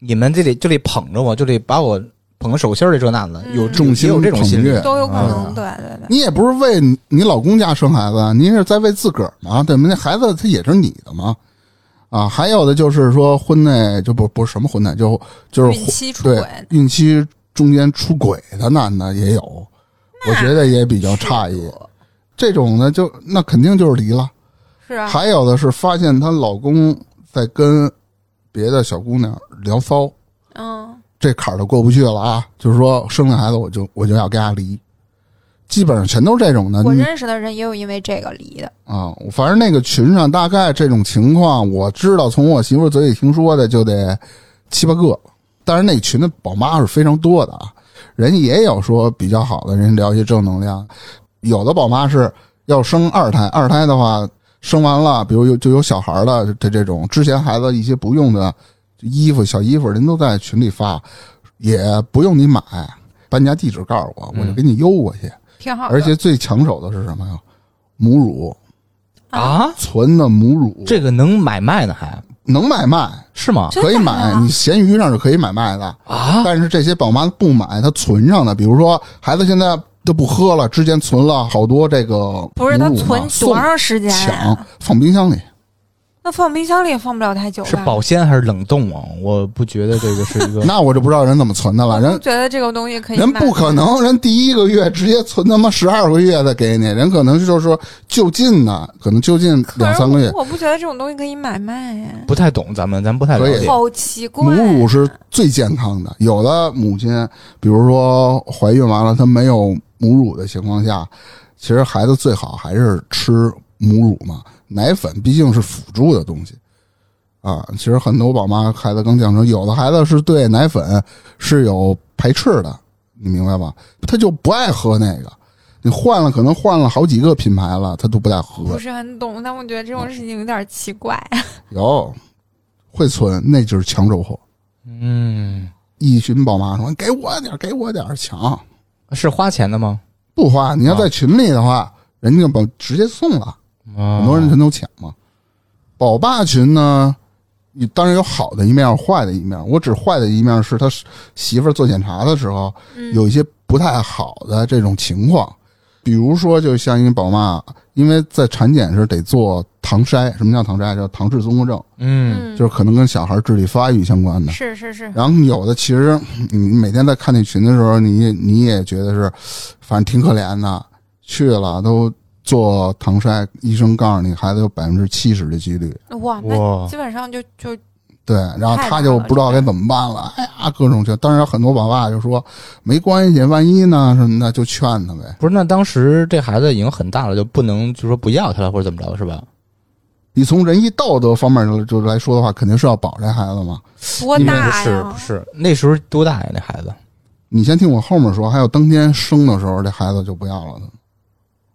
Speaker 3: 你们就得就得捧着我，就得把我捧手心儿里这那的，
Speaker 2: 嗯
Speaker 3: 有
Speaker 1: 众
Speaker 3: 也
Speaker 1: 星
Speaker 3: 有这种心
Speaker 1: 捧
Speaker 3: 理
Speaker 1: 月，
Speaker 2: 都有可
Speaker 1: 啊
Speaker 2: 能，对对对，
Speaker 1: 你也不是为你你老公家生孩子，啊您是在为自个儿嘛，对吗？那孩子他也是你的嘛，啊，还有的就是说婚内就不不是什么婚内，就就是
Speaker 2: 孕期出
Speaker 1: 对
Speaker 2: 轨，
Speaker 1: 孕期中间出轨的男的也有，我觉得也比较诧异。这种呢，就那肯定就是离了。
Speaker 2: 是啊，
Speaker 1: 还有的是发现她老公在跟别的小姑娘聊骚，
Speaker 2: 嗯，
Speaker 1: 这坎儿都过不去了啊！就是说生了孩子我就我就要跟她离，基本上全都是这种的。
Speaker 2: 我
Speaker 1: 啊你
Speaker 2: 认识的人也有因为这个离的，
Speaker 1: 啊，我反正那个群上大概这种情况，我知道从我媳妇儿嘴里听说的就得七八个，但是那群的宝妈是非常多的啊，人家也有说比较好的，人家聊一些正能量。有的宝妈是要生二胎，二胎的话生完了，比如有就有小孩了的这种，之前孩子一些不用的衣服、小衣服，人都在群里发，也不用你买，把你家地址告诉我，我就给你邮过去。
Speaker 2: 挺好的。
Speaker 1: 而且最抢手的是什么呀？母乳，
Speaker 3: 啊，
Speaker 1: 存的母乳，
Speaker 3: 这个能买卖呢还
Speaker 1: 能买卖，
Speaker 3: 是吗？
Speaker 2: 真
Speaker 1: 可以
Speaker 2: 的
Speaker 1: 买，
Speaker 2: 吗
Speaker 1: 你闲鱼上是可以买卖的。
Speaker 3: 啊，
Speaker 1: 但是这些宝妈不买，她存上的，比如说孩子现在都不喝了，之前存了好多这个
Speaker 2: 不是
Speaker 1: 母
Speaker 2: 他
Speaker 1: 乳嘛
Speaker 2: 存
Speaker 1: 送
Speaker 2: 多啊长时间呀、
Speaker 1: 抢放冰箱里，
Speaker 2: 那放冰箱里也放不了太久吧？
Speaker 3: 是保鲜还是冷冻啊？我不觉得这个是 一个。
Speaker 1: 那我就不知道人怎么存的了。
Speaker 2: 我
Speaker 1: 人
Speaker 2: 觉得这个东西可以
Speaker 1: 人
Speaker 2: 卖
Speaker 1: 不可能，人第一个月直接存他妈十二个月的给你，人可能就是说就近的，可能就近
Speaker 2: 可
Speaker 1: 两
Speaker 2: 是
Speaker 1: 三个月。
Speaker 2: 我不觉得这种东西可以买卖呀、
Speaker 3: 不太懂，咱们咱不太了
Speaker 1: 可以
Speaker 3: 解。
Speaker 2: 好奇怪。
Speaker 1: 哎
Speaker 2: 啊
Speaker 1: 母乳啊是最健康的。有的母亲，比如说怀孕完了，她没有母乳的情况下，其实孩子最好还是吃母乳嘛。奶粉毕竟是辅助的东西啊。其实很多宝妈孩子刚降生，有的啊孩子是对奶粉是有排斥的，你明白吧？他就不爱喝那个。你换了，可能换了好几个品牌了，他都不太喝
Speaker 2: 不。是很懂，但我觉得
Speaker 1: 啊
Speaker 2: 这种事情有点奇怪。
Speaker 1: 有会存，那就是抢走货。
Speaker 3: 嗯，
Speaker 1: 一群宝妈说：“给我点儿，给我点儿，抢
Speaker 3: 是花钱的吗？
Speaker 1: 不花。你要
Speaker 3: 啊
Speaker 1: 在群里的话，人家就把直接送了，
Speaker 3: 很
Speaker 1: 很多人
Speaker 3: 嗯
Speaker 1: 全都抢嘛。宝爸群呢，你当然有好的一面，有坏的一面。我指坏的一面是他媳妇儿做检查的时候，
Speaker 2: 嗯
Speaker 1: 有一些不太好的这种情况，比如说，就像一个宝妈，因为在产检时得做唐筛，什么叫唐筛？叫唐氏综合症，
Speaker 3: 嗯
Speaker 2: 嗯，
Speaker 1: 就是可能跟小孩智力发育相关的。
Speaker 2: 是是是，
Speaker 1: 然后有的其实嗯你每天在看那群的时候，你也你也觉得是，反正挺可怜的。去了都做唐筛，医生告诉你孩子有百分之七十的几率。
Speaker 2: 哇，那
Speaker 3: 哇
Speaker 2: 基本上就就
Speaker 1: 对，然后他就不知道该怎么办了。哎呀，各种劝。当然，很多爸爸就说没关系，万一呢什么的，就劝他呗。
Speaker 3: 不是，那当时这孩子已经很大了，就不能就说不要他了或者怎么着是吧？
Speaker 1: 你从仁义道德方面就来说的话，肯定是要保这孩子嘛。
Speaker 2: 多
Speaker 3: 你
Speaker 2: 大
Speaker 3: 不
Speaker 2: 呀？
Speaker 3: 是不是那时候多大呀？那孩子
Speaker 1: 你先听我后面说，还有当天生的时候，这孩子就不要了。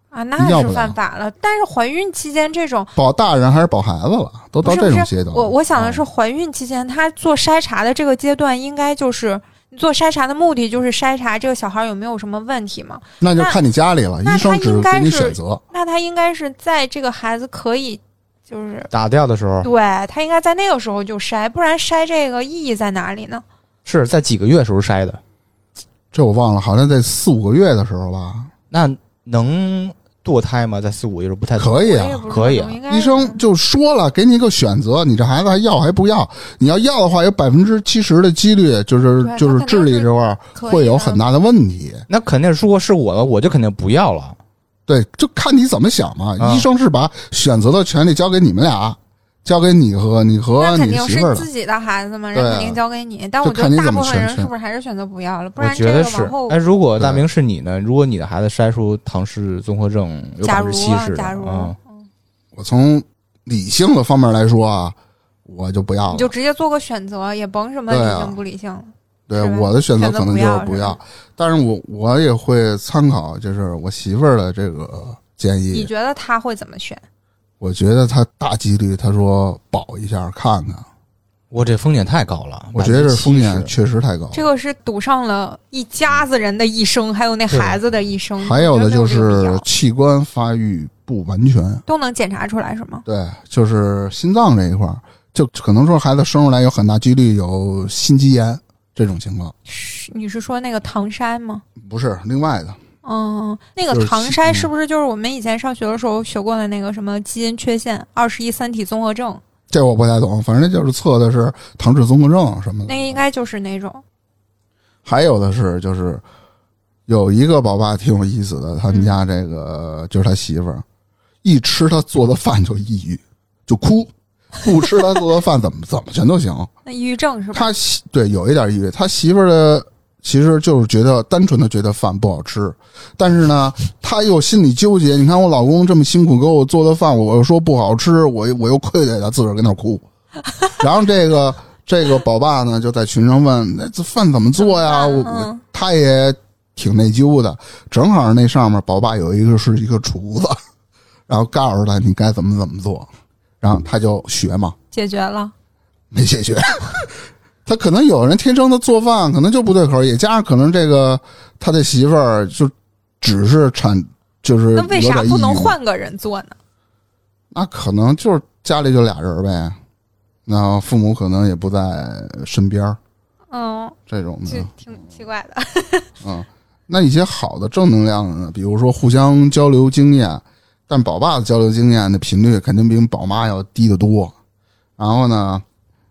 Speaker 2: 啊，那
Speaker 1: 要不了
Speaker 2: 是犯法了。但是怀孕期间这种，
Speaker 1: 保大人还是保孩子了，都
Speaker 2: 不
Speaker 1: 到
Speaker 2: 是
Speaker 1: 这
Speaker 2: 不
Speaker 1: 种
Speaker 2: 是
Speaker 1: 阶，段了。
Speaker 2: 我我想的是
Speaker 1: 嗯
Speaker 2: 怀孕期间，他做筛查的这个阶段，应该就是你做筛查的目的就是筛查这个小孩有没有什么问题嘛？
Speaker 1: 那就
Speaker 2: 那
Speaker 1: 看你家里了，
Speaker 2: 那
Speaker 1: 医生
Speaker 2: 他
Speaker 1: 只
Speaker 2: 应该
Speaker 1: 给你
Speaker 2: 是
Speaker 1: 选择。
Speaker 2: 那他应该是在这个孩子可以就是
Speaker 3: 打掉的时候
Speaker 2: 对他应该在那个时候就筛，不然筛这个意义在哪里呢？
Speaker 3: 是在几个月时候筛的，
Speaker 1: 这我忘了，好像在四五个月的时候吧。
Speaker 3: 那能堕胎吗？在四五个月时候不太
Speaker 1: 可以
Speaker 2: 我
Speaker 1: 啊
Speaker 2: 也不知道
Speaker 3: 可以啊
Speaker 2: 应该
Speaker 1: 医生就说了，给你一个选择，你这孩子还要还不要？你要要的话，有百分之七十的几率，就是
Speaker 2: 对
Speaker 1: 就是
Speaker 2: 他肯定
Speaker 1: 智力这块儿
Speaker 2: 可以
Speaker 1: 会有
Speaker 2: 的
Speaker 1: 很大的问题。
Speaker 3: 那肯定，如果是我的，我就肯定不要了。
Speaker 1: 对，就看你怎么想嘛。
Speaker 3: 啊
Speaker 1: 医生是把选择的权利交给你们俩，交给你和你和
Speaker 2: 那肯
Speaker 1: 你
Speaker 2: 定
Speaker 1: 媳妇儿
Speaker 2: 是
Speaker 1: 了
Speaker 2: 自。己的孩子嘛，
Speaker 1: 对
Speaker 2: 人
Speaker 1: 啊
Speaker 2: 肯定交给你。但
Speaker 1: 就
Speaker 2: 我觉
Speaker 1: 看你
Speaker 2: 得大
Speaker 1: 怎
Speaker 2: 部
Speaker 1: 么
Speaker 2: 分人
Speaker 1: 选
Speaker 2: 是不是还是选择不要了？不
Speaker 3: 我
Speaker 2: 然这
Speaker 3: 觉
Speaker 2: 个
Speaker 3: 得是
Speaker 2: 往后。
Speaker 3: 那如果大
Speaker 1: 对
Speaker 3: 明是你呢？如果你的孩子筛出唐氏综合症有百
Speaker 2: 假
Speaker 3: 分
Speaker 2: 如
Speaker 3: 之七
Speaker 2: 啊
Speaker 3: 十，，
Speaker 2: 假如
Speaker 3: 嗯，
Speaker 2: 嗯
Speaker 1: 我从理性的方面来说啊，我就不要
Speaker 2: 你
Speaker 1: 了
Speaker 2: 就。直接做个选择，也甭什么
Speaker 1: 对
Speaker 2: 理
Speaker 1: 啊
Speaker 2: 性不理性了。
Speaker 1: 对
Speaker 2: 是吧
Speaker 1: 我的选择可能就是
Speaker 2: 选择不
Speaker 1: 不
Speaker 2: 要是
Speaker 1: 要
Speaker 2: 吧，
Speaker 1: 但是我我也会参考，就是我媳妇儿的这个建
Speaker 2: 你
Speaker 1: 议。
Speaker 2: 觉得他会怎么选？
Speaker 1: 哦我觉得她大几率，她说保一下看看，
Speaker 3: 我这风险太高了，
Speaker 1: 我觉得这风险
Speaker 3: 70%
Speaker 1: 确实太高。
Speaker 2: 这个是赌上了一家子人的一生，还有那
Speaker 3: 对
Speaker 2: 孩子的一生。
Speaker 1: 还有的就
Speaker 2: 我觉得没有这
Speaker 1: 是
Speaker 2: 个必要
Speaker 1: 器官发育不完全，
Speaker 2: 都能检查出来是吗？
Speaker 1: 对，就是心脏这一块儿，就可能说孩子生出来有很大几率有心肌炎这种情况，
Speaker 2: 是你是说那个唐筛吗？
Speaker 1: 不是另外的。
Speaker 2: 嗯，那个
Speaker 1: 就是
Speaker 2: 唐
Speaker 1: 基
Speaker 2: 筛
Speaker 1: 嗯
Speaker 2: 是不是就是我们以前上学的时候学过的那个什么基因缺陷二十一三体综合症？
Speaker 1: 这我不太懂，反正就是测的是唐氏综合症什么的。
Speaker 2: 那应该就是那种。
Speaker 1: 还有的是，就是有一个宝爸挺有意思的，他们
Speaker 2: 嗯
Speaker 1: 家这个就是他媳妇儿，一吃他做的饭就抑郁，就哭；不吃他做的饭怎么 怎么全都行。
Speaker 2: 那抑郁症是吧？
Speaker 1: 他媳对有一点抑郁，他媳妇儿的其实就是觉得单纯的觉得饭不好吃，但是呢，他又心里纠结。你看我老公这么辛苦给我做的饭，我又说不好吃，我我又愧对他，自个儿跟那儿哭。然后这个这个宝爸呢就在群上问：“那这饭怎么做呀？”我
Speaker 2: 怎么办
Speaker 1: 我
Speaker 2: 嗯
Speaker 1: 他也挺内疚的，正好那上面宝爸有一个是一个厨子，然后告诉他你该怎么怎么做，然后他就学嘛，
Speaker 2: 解决了。
Speaker 1: 没解决。他可能有人天生的做饭可能就不对口儿，也加上可能这个他的媳妇儿就只是产就是
Speaker 2: 那为
Speaker 1: 有
Speaker 2: 啥
Speaker 1: 点
Speaker 2: 不
Speaker 1: 抑
Speaker 2: 能
Speaker 1: 郁
Speaker 2: 换个人做呢？
Speaker 1: 那可能就是家里就俩人呗，那父母可能也不在身边儿
Speaker 2: 嗯，
Speaker 1: 这种
Speaker 2: 就
Speaker 1: 的，
Speaker 2: 挺奇怪的。
Speaker 1: 嗯，那一些好的正能量的呢，比如说互相交流经验，但宝爸的交流经验的频率肯定比宝妈要低得多。然后呢，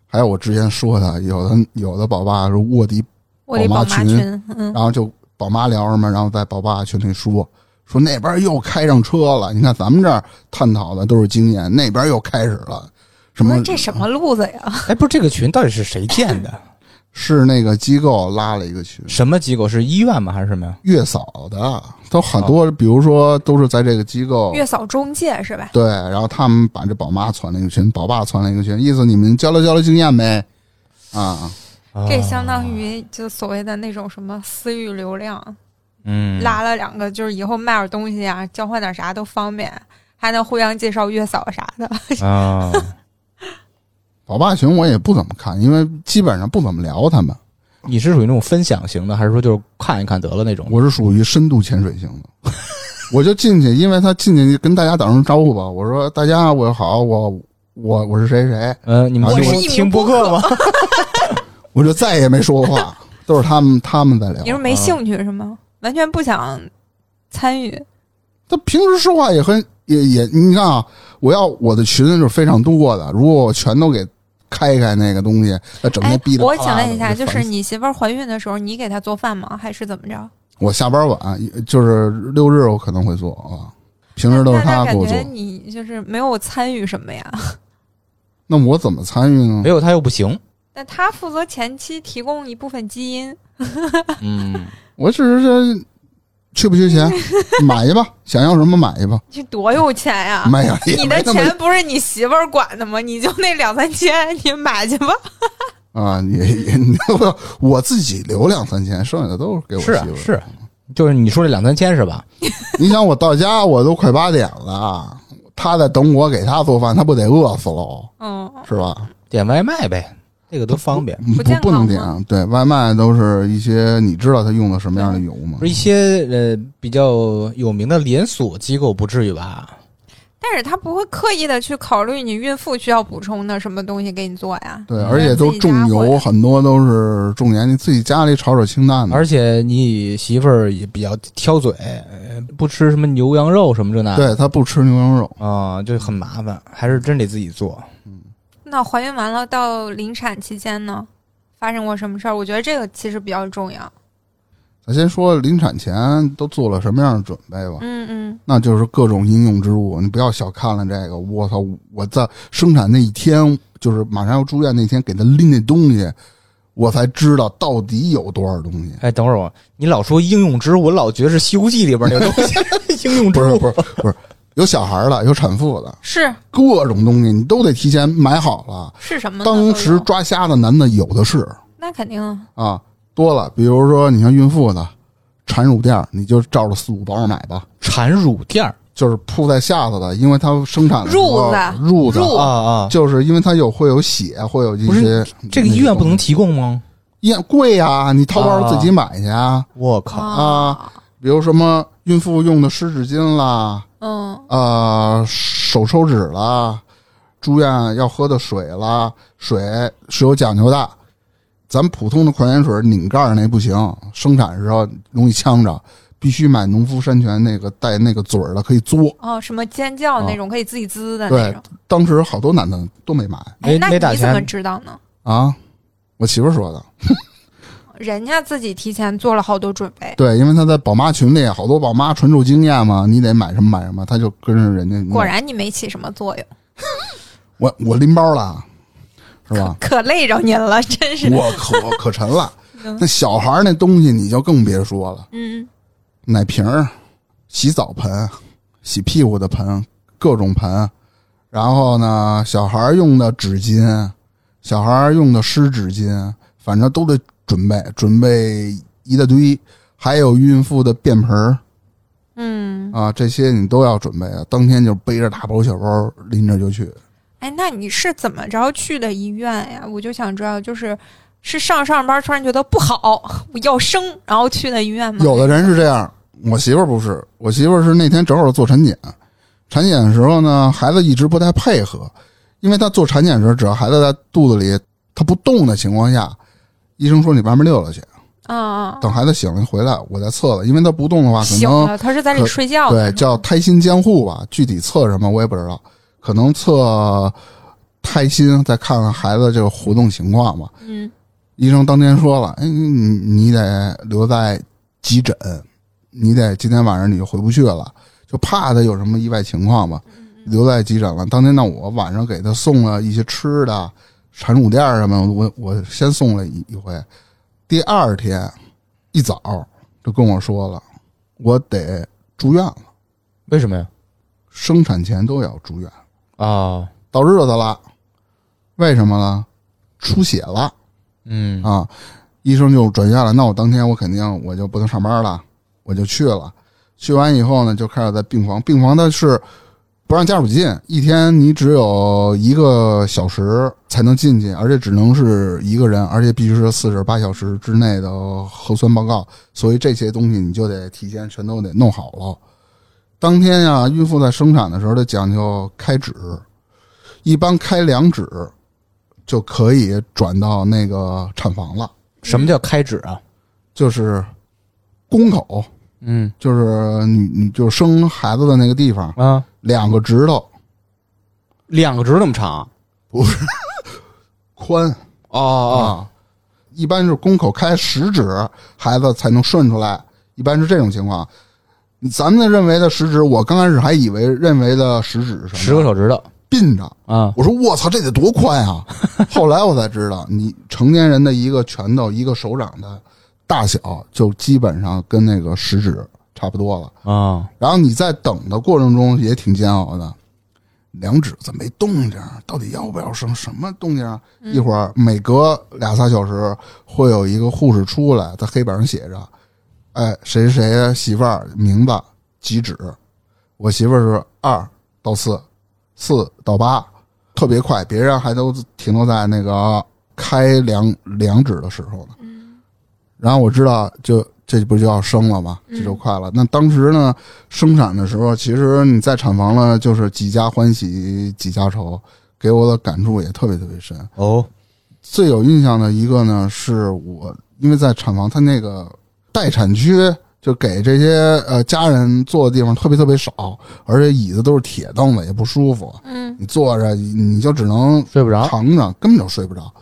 Speaker 1: 还有我之前说的，有的有的宝爸是卧底，
Speaker 2: 我得
Speaker 1: 宝妈
Speaker 2: 宝妈
Speaker 1: 群
Speaker 2: 群，嗯，
Speaker 1: 然后就宝妈聊什么，然后在宝爸群里说说那边又开上车了，你看咱们这儿探讨的都是经验，那边又开始了。什
Speaker 2: 我
Speaker 1: 么
Speaker 2: 说这什么路子呀？
Speaker 3: 哎，不是这个群到底是谁建 的？
Speaker 1: 是那个机构拉了一个群，
Speaker 3: 什么机构？是医院吗？还是什么呀？
Speaker 1: 月嫂的啊都很多，比如说都是在这个机构
Speaker 2: 哦月嫂中介是吧？
Speaker 1: 对，然后他们把这宝妈传了一个群，宝爸传了一个群，意思你们交流交流经验呗，啊，
Speaker 2: 这
Speaker 3: 啊
Speaker 2: 相当于就所谓的那种什么私域流量，
Speaker 3: 嗯
Speaker 2: 拉了两个，就是以后卖点东西啊，交换点啥都方便，还能互相介绍月嫂啥的。
Speaker 1: 哦
Speaker 3: 啊，
Speaker 1: 宝爸群我也不怎么看，因为基本上不怎么聊他们，
Speaker 3: 你是属于那种分享型的，还是说就是看一看得了那种？
Speaker 1: 我是属于深度潜水型的，我就进去，因为他进去跟大家打声招呼吧，我说大家我好，我我我是谁谁，
Speaker 3: 呃，你们
Speaker 1: 我
Speaker 3: 听
Speaker 1: 是
Speaker 2: 一名
Speaker 3: 听播客吗？
Speaker 1: 我就再也没说过话， 都是他们他们在聊
Speaker 2: 你，是没兴趣是吗？完全不想参与。
Speaker 1: 他平时说话也很也也，你看啊，我要我的群是非常多的，如果我全都给开开那个东西，那整天
Speaker 2: 哎
Speaker 1: 逼，着、
Speaker 2: 我想问一下，
Speaker 1: 我就
Speaker 2: 就
Speaker 1: 烦
Speaker 2: 是你媳妇儿怀孕的时候，你给她做饭吗？还是怎么着？
Speaker 1: 我下班晚，就是六日我可能会做啊，平时都是
Speaker 2: 那
Speaker 1: 他给
Speaker 2: 感
Speaker 1: 我做
Speaker 2: 觉，你就是没有参与什么呀？
Speaker 1: 那我怎么参与呢
Speaker 3: 没？有他又不行。
Speaker 2: 那她负责前期提供一部分基因，
Speaker 3: 嗯，
Speaker 1: 我只是说缺不缺 钱，买去吧，想要什么买去吧，
Speaker 2: 你多有钱呀！
Speaker 1: 没有也
Speaker 2: 啊你
Speaker 1: 没
Speaker 2: 的
Speaker 1: 那么
Speaker 2: 钱不是你媳妇儿管的吗？你就那两三千，你买去吧。
Speaker 1: 啊，也也我自己留两三千，剩下的都是 给我媳
Speaker 3: 是啊
Speaker 1: 妇儿。嗯
Speaker 3: 是啊，就是你说这两三千是吧？
Speaker 1: 你想我到家我都快八点了，他在等我给他做饭，他不得饿死喽，
Speaker 2: 嗯，
Speaker 1: 是吧？
Speaker 3: 点外卖呗，这个多方便。
Speaker 1: 不
Speaker 2: 不健康
Speaker 1: 能
Speaker 2: 吗
Speaker 1: 点，对外卖都是一些你知道他用的什么样的油吗
Speaker 3: 不？是一些呃比较有名的连锁机构不至于吧？
Speaker 2: 但是她不会刻意的去考虑你孕妇需要补充的什么东西给你做呀。
Speaker 1: 对，而且都重
Speaker 2: 嗯自己家
Speaker 1: 油，
Speaker 2: 会
Speaker 1: 很多都是重盐，你自己家里炒炒清淡的。
Speaker 3: 而且你媳妇儿也比较挑嘴，呃不吃什么牛羊肉什么这那。
Speaker 1: 对他不吃牛羊肉，
Speaker 3: 啊、就很麻烦，还是真得自己做。
Speaker 2: 那怀孕完了到临产期间呢，发生过什么事儿？我觉得这个其实比较重要。
Speaker 1: 咱先说临产前都做了什么样的准备吧，
Speaker 2: 嗯嗯，
Speaker 1: 那就是各种应用之物。你不要小看了这个，我操！我在生产那一天，就是马上要住院那天，给他拎那东西，我才知道到底有多少东西。
Speaker 3: 哎，等会儿我，你老说应用之物，我老觉得是《西游记》里边那个东 西，应用之
Speaker 1: 不是
Speaker 3: 物
Speaker 1: 不是不是，有小孩的，有产妇的，
Speaker 2: 是
Speaker 1: 各种东西你都得提前买好了。
Speaker 2: 是什么呢？
Speaker 1: 当
Speaker 2: 都
Speaker 1: 时
Speaker 2: 有
Speaker 1: 抓瞎的男的有的是
Speaker 2: 那肯定啊
Speaker 1: 啊，多了。比如说你像孕妇的产乳垫儿，你就照着四五包买吧，
Speaker 3: 产乳垫儿
Speaker 1: 就是铺在下头的，因为它生产的时候褥
Speaker 2: 褥
Speaker 1: 子
Speaker 2: 子
Speaker 1: 啊
Speaker 2: 褥
Speaker 3: 啊啊！
Speaker 1: 就是因为它有会有血，会有一
Speaker 3: 不
Speaker 1: 些
Speaker 3: 是这个医院不能提供吗？
Speaker 1: 医院贵啊，你掏包自己买去啊。
Speaker 3: 我靠！
Speaker 1: 啊比如什么孕妇用的湿纸巾啦，
Speaker 2: 嗯，
Speaker 1: 呃，手抽纸啦，住院要喝的水啦，水是有讲究的。咱普通的矿泉水拧盖儿那不行，生产时候容易呛着，必须买农夫山泉那个带那个嘴儿的，可以嘬。
Speaker 2: 哦，什么尖叫那
Speaker 1: 啊
Speaker 2: 种可以自己滋的那
Speaker 1: 对
Speaker 2: 种。，
Speaker 1: 当时好多男的都没买
Speaker 2: 哎
Speaker 3: 没
Speaker 2: 那
Speaker 3: 没打
Speaker 2: 你怎么
Speaker 3: 钱
Speaker 2: 知道呢？
Speaker 1: 啊，我媳妇儿说的。
Speaker 2: 人家自己提前做了好多准备，
Speaker 1: 对，因为他在宝妈群里，好多宝妈纯属经验嘛，你得买什么买什么，他就跟着人家弄。
Speaker 2: 果然你没起什么作用，
Speaker 1: 我我拎包了，是吧
Speaker 2: 可？可累着您了，真是。
Speaker 1: 我可可沉了。那小孩儿那东西你就更别说了，
Speaker 2: 嗯，
Speaker 1: 奶瓶儿、洗澡盆、洗屁股的盆，各种盆。然后呢，小孩儿用的纸巾、小孩儿用的湿纸巾，反正都得准备准备一大堆，还有孕妇的便盆儿
Speaker 2: 嗯，
Speaker 1: 啊，这些你都要准备啊。当天就背着大包小包拎着就去，
Speaker 2: 哎，那你是怎么着去的医院呀？我就想知道，就是是上上班突然觉得不好，我要生，然后去的医院吗？
Speaker 1: 有的人是这样，我媳妇儿不是，我媳妇儿是那天正好做产检，产检的时候呢，孩子一直不太配合，因为她做产检时候，只要孩子在肚子里他不动的情况下，医生说你外面溜达去，
Speaker 2: 啊啊，
Speaker 1: 等孩子醒了回来，我再测了，因为他不动的话，可
Speaker 2: 醒
Speaker 1: 能
Speaker 2: 了，他是在里
Speaker 1: 可
Speaker 2: 睡觉呢
Speaker 1: 对叫胎心监护吧，具体测什么我也不知道，可能测胎心，再看看孩子这个活动情况吧。
Speaker 2: 嗯
Speaker 1: 医生当天说了，哎，你你你得留在急诊，你得今天晚上你就回不去了，就怕他有什么意外情况嘛，留在急诊了。当天那我晚上给他送了一些吃的，产乳垫儿什么的，我我先送了一一回。第二天一早就跟我说了，我得住院了，
Speaker 3: 为什么呀？
Speaker 1: 生产前都要住院，
Speaker 3: 啊，
Speaker 1: 到日子了，为什么呢？出血了。
Speaker 3: 嗯
Speaker 1: 啊，医生就转院了。那我当天我肯定我就不能上班了，我就去了。去完以后呢，就开始在病房，病房它是不让家属进，一天你只有一个小时才能进去，而且只能是一个人，而且必须是四十八小时之内的核酸报告，所以这些东西你就得提前全都得弄好了。当天呀、孕妇在生产的时候，得讲究开指，一般开两指就可以转到那个产房了，
Speaker 3: 什么叫开指啊？
Speaker 1: 就是宫口，
Speaker 3: 嗯
Speaker 1: 就是你你就生孩子的那个地方，
Speaker 3: 啊，
Speaker 1: 两个指头
Speaker 3: 两个指头那么长？
Speaker 1: 宽
Speaker 3: 哦哦，
Speaker 1: 啊，一般是宫口开十指，孩子才能顺出来，一般是这种情况。咱们认为的食指，我刚开始还以为认为的食指是什么
Speaker 3: 十个手指头
Speaker 1: 并着，
Speaker 3: 啊，
Speaker 1: 我说我操，这得多宽 啊！后来我才知道，你成年人的一个拳头、一个手掌的大小，就基本上跟那个食指差不多了。
Speaker 3: 啊，
Speaker 1: 然后你在等的过程中也挺煎熬的，两指怎么没动静儿？到底要不要生？什么动静儿？啊一会儿每隔俩仨小时会有一个护士出来，在黑板上写着：“哎，谁谁谁媳妇儿名字几指？”我媳妇儿是二到四，四到八，特别快，别人还都停留在那个开两两指的时候呢。然后我知道就。这不就要生了吗？这就快了。那当时呢，生产的时候，其实你在产房了，就是几家欢喜几家愁，给我的感触也特别特别深。
Speaker 3: 哦，
Speaker 1: 最有印象的一个呢，是我因为在产房，它那个待产区就给这些呃家人坐的地方特别特别少，而且椅子都是铁凳子，也不舒服。
Speaker 2: 嗯
Speaker 1: 你坐着你就只能
Speaker 3: 睡不着
Speaker 1: 躺着，根本就睡不着。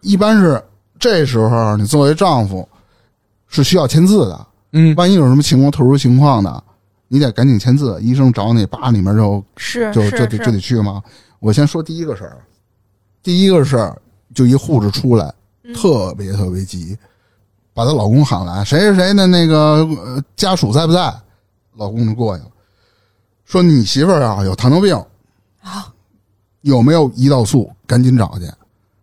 Speaker 1: 一般是这时候，你作为丈夫是需要签字的，
Speaker 3: 嗯
Speaker 1: 万一有什么情况特殊情况呢，你得赶紧签字，医生找你，叭，里面就是就是就得就得去吗？我先说第一个事儿，第一个事儿就一护士出来，
Speaker 2: 嗯
Speaker 1: 特别特别急，把她老公喊来，谁谁谁的那个、呃家属在不在？老公就过去了，说你媳妇儿啊有糖尿病啊，有没有胰岛素？赶紧找去，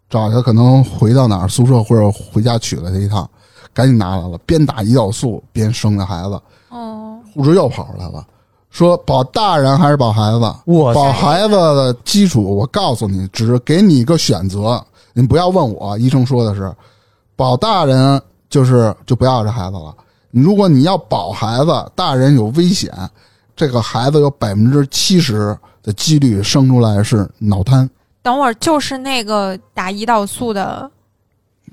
Speaker 1: 找去可能回到哪儿宿舍或者回家取了她一趟，赶紧拿来了，边打胰岛素边生的孩子。
Speaker 2: 哦，
Speaker 1: 护士又跑出来了，说保大人还是保孩子？
Speaker 3: 哇塞
Speaker 1: 保孩子的基础，我告诉你，只是给你一个选择，你不要问我。医生说的是，保大人就是就不要这孩子了。如果你要保孩子，大人有危险，这个孩子有百分之七十的几率生出来是脑瘫。
Speaker 2: 等会儿就是那个打胰岛素的，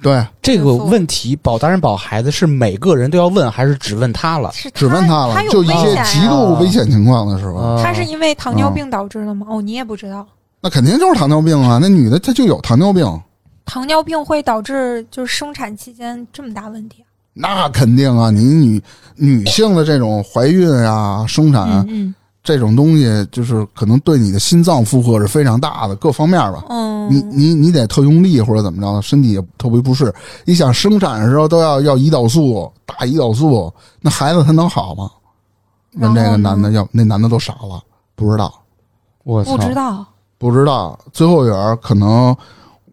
Speaker 1: 对，
Speaker 3: 这个问题保大人保孩子是每个人都要问，还是只问他了？
Speaker 2: 是
Speaker 1: 只啊问
Speaker 2: 他
Speaker 1: 了
Speaker 2: 他，有
Speaker 1: 就
Speaker 2: 危
Speaker 1: 一些
Speaker 2: 险啊呀
Speaker 1: 极度危险情况的时候，
Speaker 3: 啊
Speaker 2: 他是因为
Speaker 1: 嗯
Speaker 2: 糖尿病导致的吗？哦，你也不知道，
Speaker 1: 那肯定就是糖尿病啊。那女的她就有糖尿病，
Speaker 2: 糖尿病会导致就是生产期间这么大问题啊。
Speaker 1: 那肯定啊，你女女性的这种怀孕啊、生产、啊
Speaker 2: 嗯
Speaker 1: 这种东西，就是可能对你的心脏负荷是非常大的，各方面吧。
Speaker 2: 嗯
Speaker 1: 你
Speaker 2: 嗯，
Speaker 1: 你你得特用力或者怎么着，身体也特别不适。你想生产的时候都要要胰岛素，打胰岛素，那孩子他能好吗？问这
Speaker 2: 然后
Speaker 1: 个
Speaker 2: 呢
Speaker 1: 男的要，那男的都傻了，不知道。
Speaker 3: 我
Speaker 2: 不知道，
Speaker 1: 不知道，最后也是可能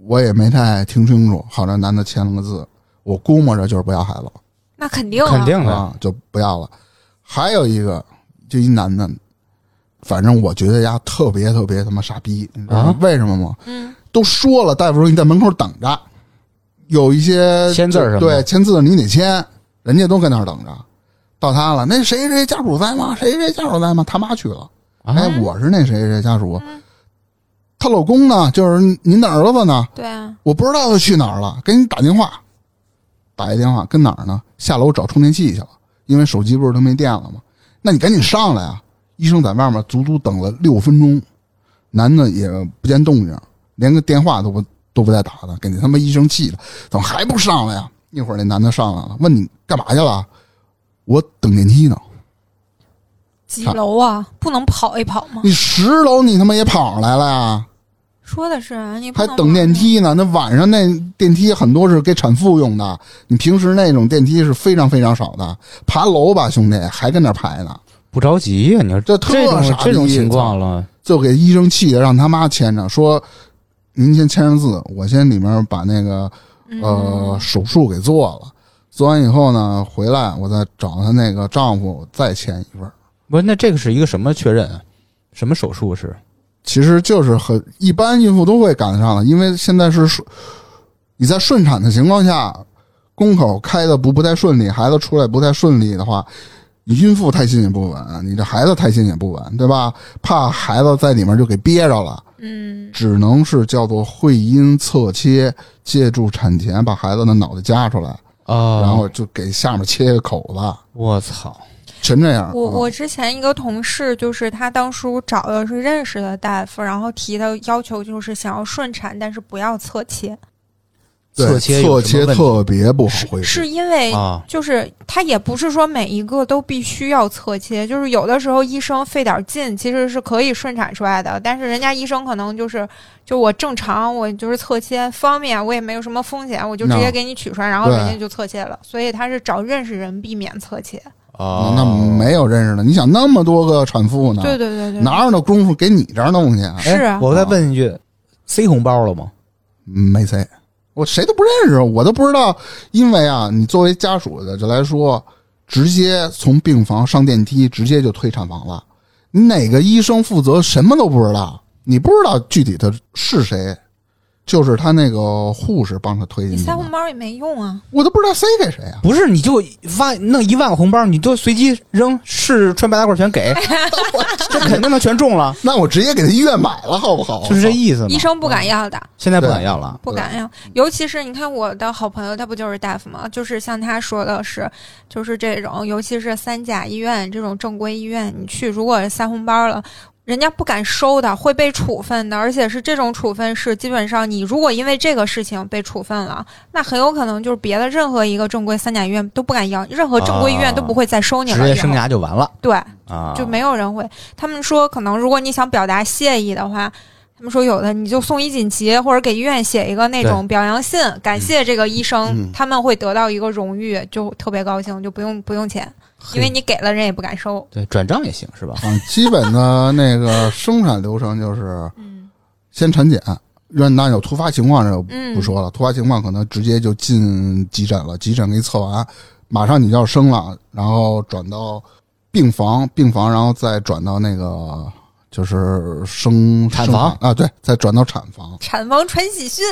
Speaker 1: 我也没太听清楚，好像男的签了个字，我估摸着就是不要孩子了
Speaker 2: 那肯定啊，
Speaker 4: 肯定的，
Speaker 1: 啊，就不要了。还有一个，就一男的，反正我觉得呀特别特别他妈傻逼，你知道吗
Speaker 4: 啊
Speaker 1: 为什么吗？
Speaker 2: 嗯，
Speaker 1: 都说了，大夫说你在门口等着，有一些
Speaker 4: 签字儿什么的
Speaker 1: 对，签字你得签，人家都跟那儿等着。到他了，那谁谁家属在吗？谁谁家属在吗？他妈去了。
Speaker 4: 啊
Speaker 1: 哎，我是那谁谁家属，她老公呢？就是您的儿子呢？
Speaker 2: 对啊，
Speaker 1: 我不知道他去哪儿了，给你打电话，打一电话跟哪儿呢？下楼找充电器去了，因为手机不是都没电了吗？那你赶紧上来啊！医生在外面足足等了六分钟，男的也不见动静，连个电话都不都不带打的，给那他妈医生气的，怎么还不上来呀、啊一会儿那男的上来了，问你干嘛去了？我等电梯呢。
Speaker 2: 几楼啊，不能跑一跑吗？
Speaker 1: 你十楼你他妈也跑上来了呀？
Speaker 2: 说的是啊，你不
Speaker 1: 还
Speaker 2: 能
Speaker 1: 等
Speaker 2: 跑
Speaker 1: 电梯呢。那晚上那电梯很多是给产妇用的，你平时那种电梯是非常非常少的。爬楼吧，兄弟，还跟那儿排呢，
Speaker 4: 不着急
Speaker 3: 啊
Speaker 4: 呀、你说
Speaker 1: 这特
Speaker 4: 这
Speaker 1: 傻
Speaker 4: 种
Speaker 1: 逼
Speaker 4: 这种情况了，
Speaker 1: 就给医生气的，让他妈签着，说您先签上字，我先里面把那个
Speaker 2: 嗯
Speaker 1: 呃手术给做了。做完以后呢，回来我再找她那个丈夫再签一份儿，
Speaker 3: 不是，那这个是一个什么确认啊？什么手术是？
Speaker 1: 其实就是很一般孕妇都会赶上了，因为现在是顺你在顺产的情况下，宫口开的不不太顺利，孩子出来不太顺利的话，你孕妇胎心也不稳，你这孩子胎心也不稳，对吧？怕孩子在里面就给憋着了，
Speaker 2: 嗯，
Speaker 1: 只能是叫做会阴侧切，借助产钳把孩子的脑袋夹出来，
Speaker 3: 啊
Speaker 1: 然后就给下面切个口子，
Speaker 3: 我操，
Speaker 1: 全这样。
Speaker 2: 我
Speaker 1: 啊
Speaker 2: 我之前一个同事，就是他当初找的是认识的大夫，然后提的要求就是想要顺产，但是不要侧切，
Speaker 1: 对
Speaker 3: 侧切有
Speaker 1: 侧切
Speaker 3: 什么问题
Speaker 1: 特别不好恢复，
Speaker 2: 是因为
Speaker 3: 啊
Speaker 2: 就是他也不是说每一个都必须要侧切，就是有的时候医生费点劲，其实是可以顺产出来的，但是人家医生可能就是就我正常，我就是侧切方便，我也没有什么风险，我就直接
Speaker 1: No
Speaker 2: 给你取出来，然后人
Speaker 1: 对
Speaker 2: 家就侧切了，所以他是找认识人避免侧切。
Speaker 3: 啊
Speaker 1: 那没有认识的。你想那么多个产妇呢，
Speaker 2: 对对对对，
Speaker 1: 哪有那功夫给你这儿弄去啊？
Speaker 2: 是啊
Speaker 3: 哎我再问一句，C 红包了吗？。
Speaker 1: 嗯没谁，我谁都不认识，我都不知道。因为啊，你作为家属的这来说，直接从病房上电梯，直接就推产房了。你哪个医生负责什么都不知道，你不知道具体他是谁，就是他那个护士帮他推
Speaker 2: 你
Speaker 1: 进去
Speaker 2: 塞
Speaker 1: 的，
Speaker 2: 红包也没用啊。
Speaker 1: 我都不知道塞给谁啊
Speaker 3: 不是，你就发弄一万个红包，你就随机扔，是穿白大褂全 给，这肯定能全中了，
Speaker 1: 那我直接给他医院买了，好不好？
Speaker 3: 就是这意思嘛。
Speaker 2: 医生不敢要的，
Speaker 3: 现在不敢要了，
Speaker 2: 不敢呀，尤其是你看我的好朋友，他不就是大夫吗？就是像他说的是，就是这种，尤其是三甲医院这种正规医院，你去如果塞红包了。人家不敢收的，会被处分的，而且是这种处分是基本上你如果因为这个事情被处分了，那很有可能就是别的任何一个正规三甲医院都不敢要，任何正规医院都不会再收你
Speaker 3: 啊职
Speaker 2: 了。
Speaker 3: 业
Speaker 2: 以后
Speaker 3: 生涯就完了
Speaker 2: 对，
Speaker 3: 啊，
Speaker 2: 就没有人会。他们说，可能如果你想表达谢意的话，他们说有的你就送一锦旗，或者给医院写一个那种表扬信，感谢这个医生，他们会得到一个荣誉，就特别高兴，就不用不用钱，因为你给了人也不敢收。
Speaker 3: 对转账也行是吧？
Speaker 1: 嗯，基本的那个生产流程就是
Speaker 2: 嗯
Speaker 1: 先产检，院那有突发情况这
Speaker 2: 嗯
Speaker 1: 不说了，突发情况可能直接就进急诊了，急诊给你测完，马上你就要生了，然后转到病房，病房然后再转到那个就是生
Speaker 3: 产
Speaker 1: 生
Speaker 3: 房
Speaker 1: 啊，对，再转到产房，
Speaker 2: 产房传喜讯，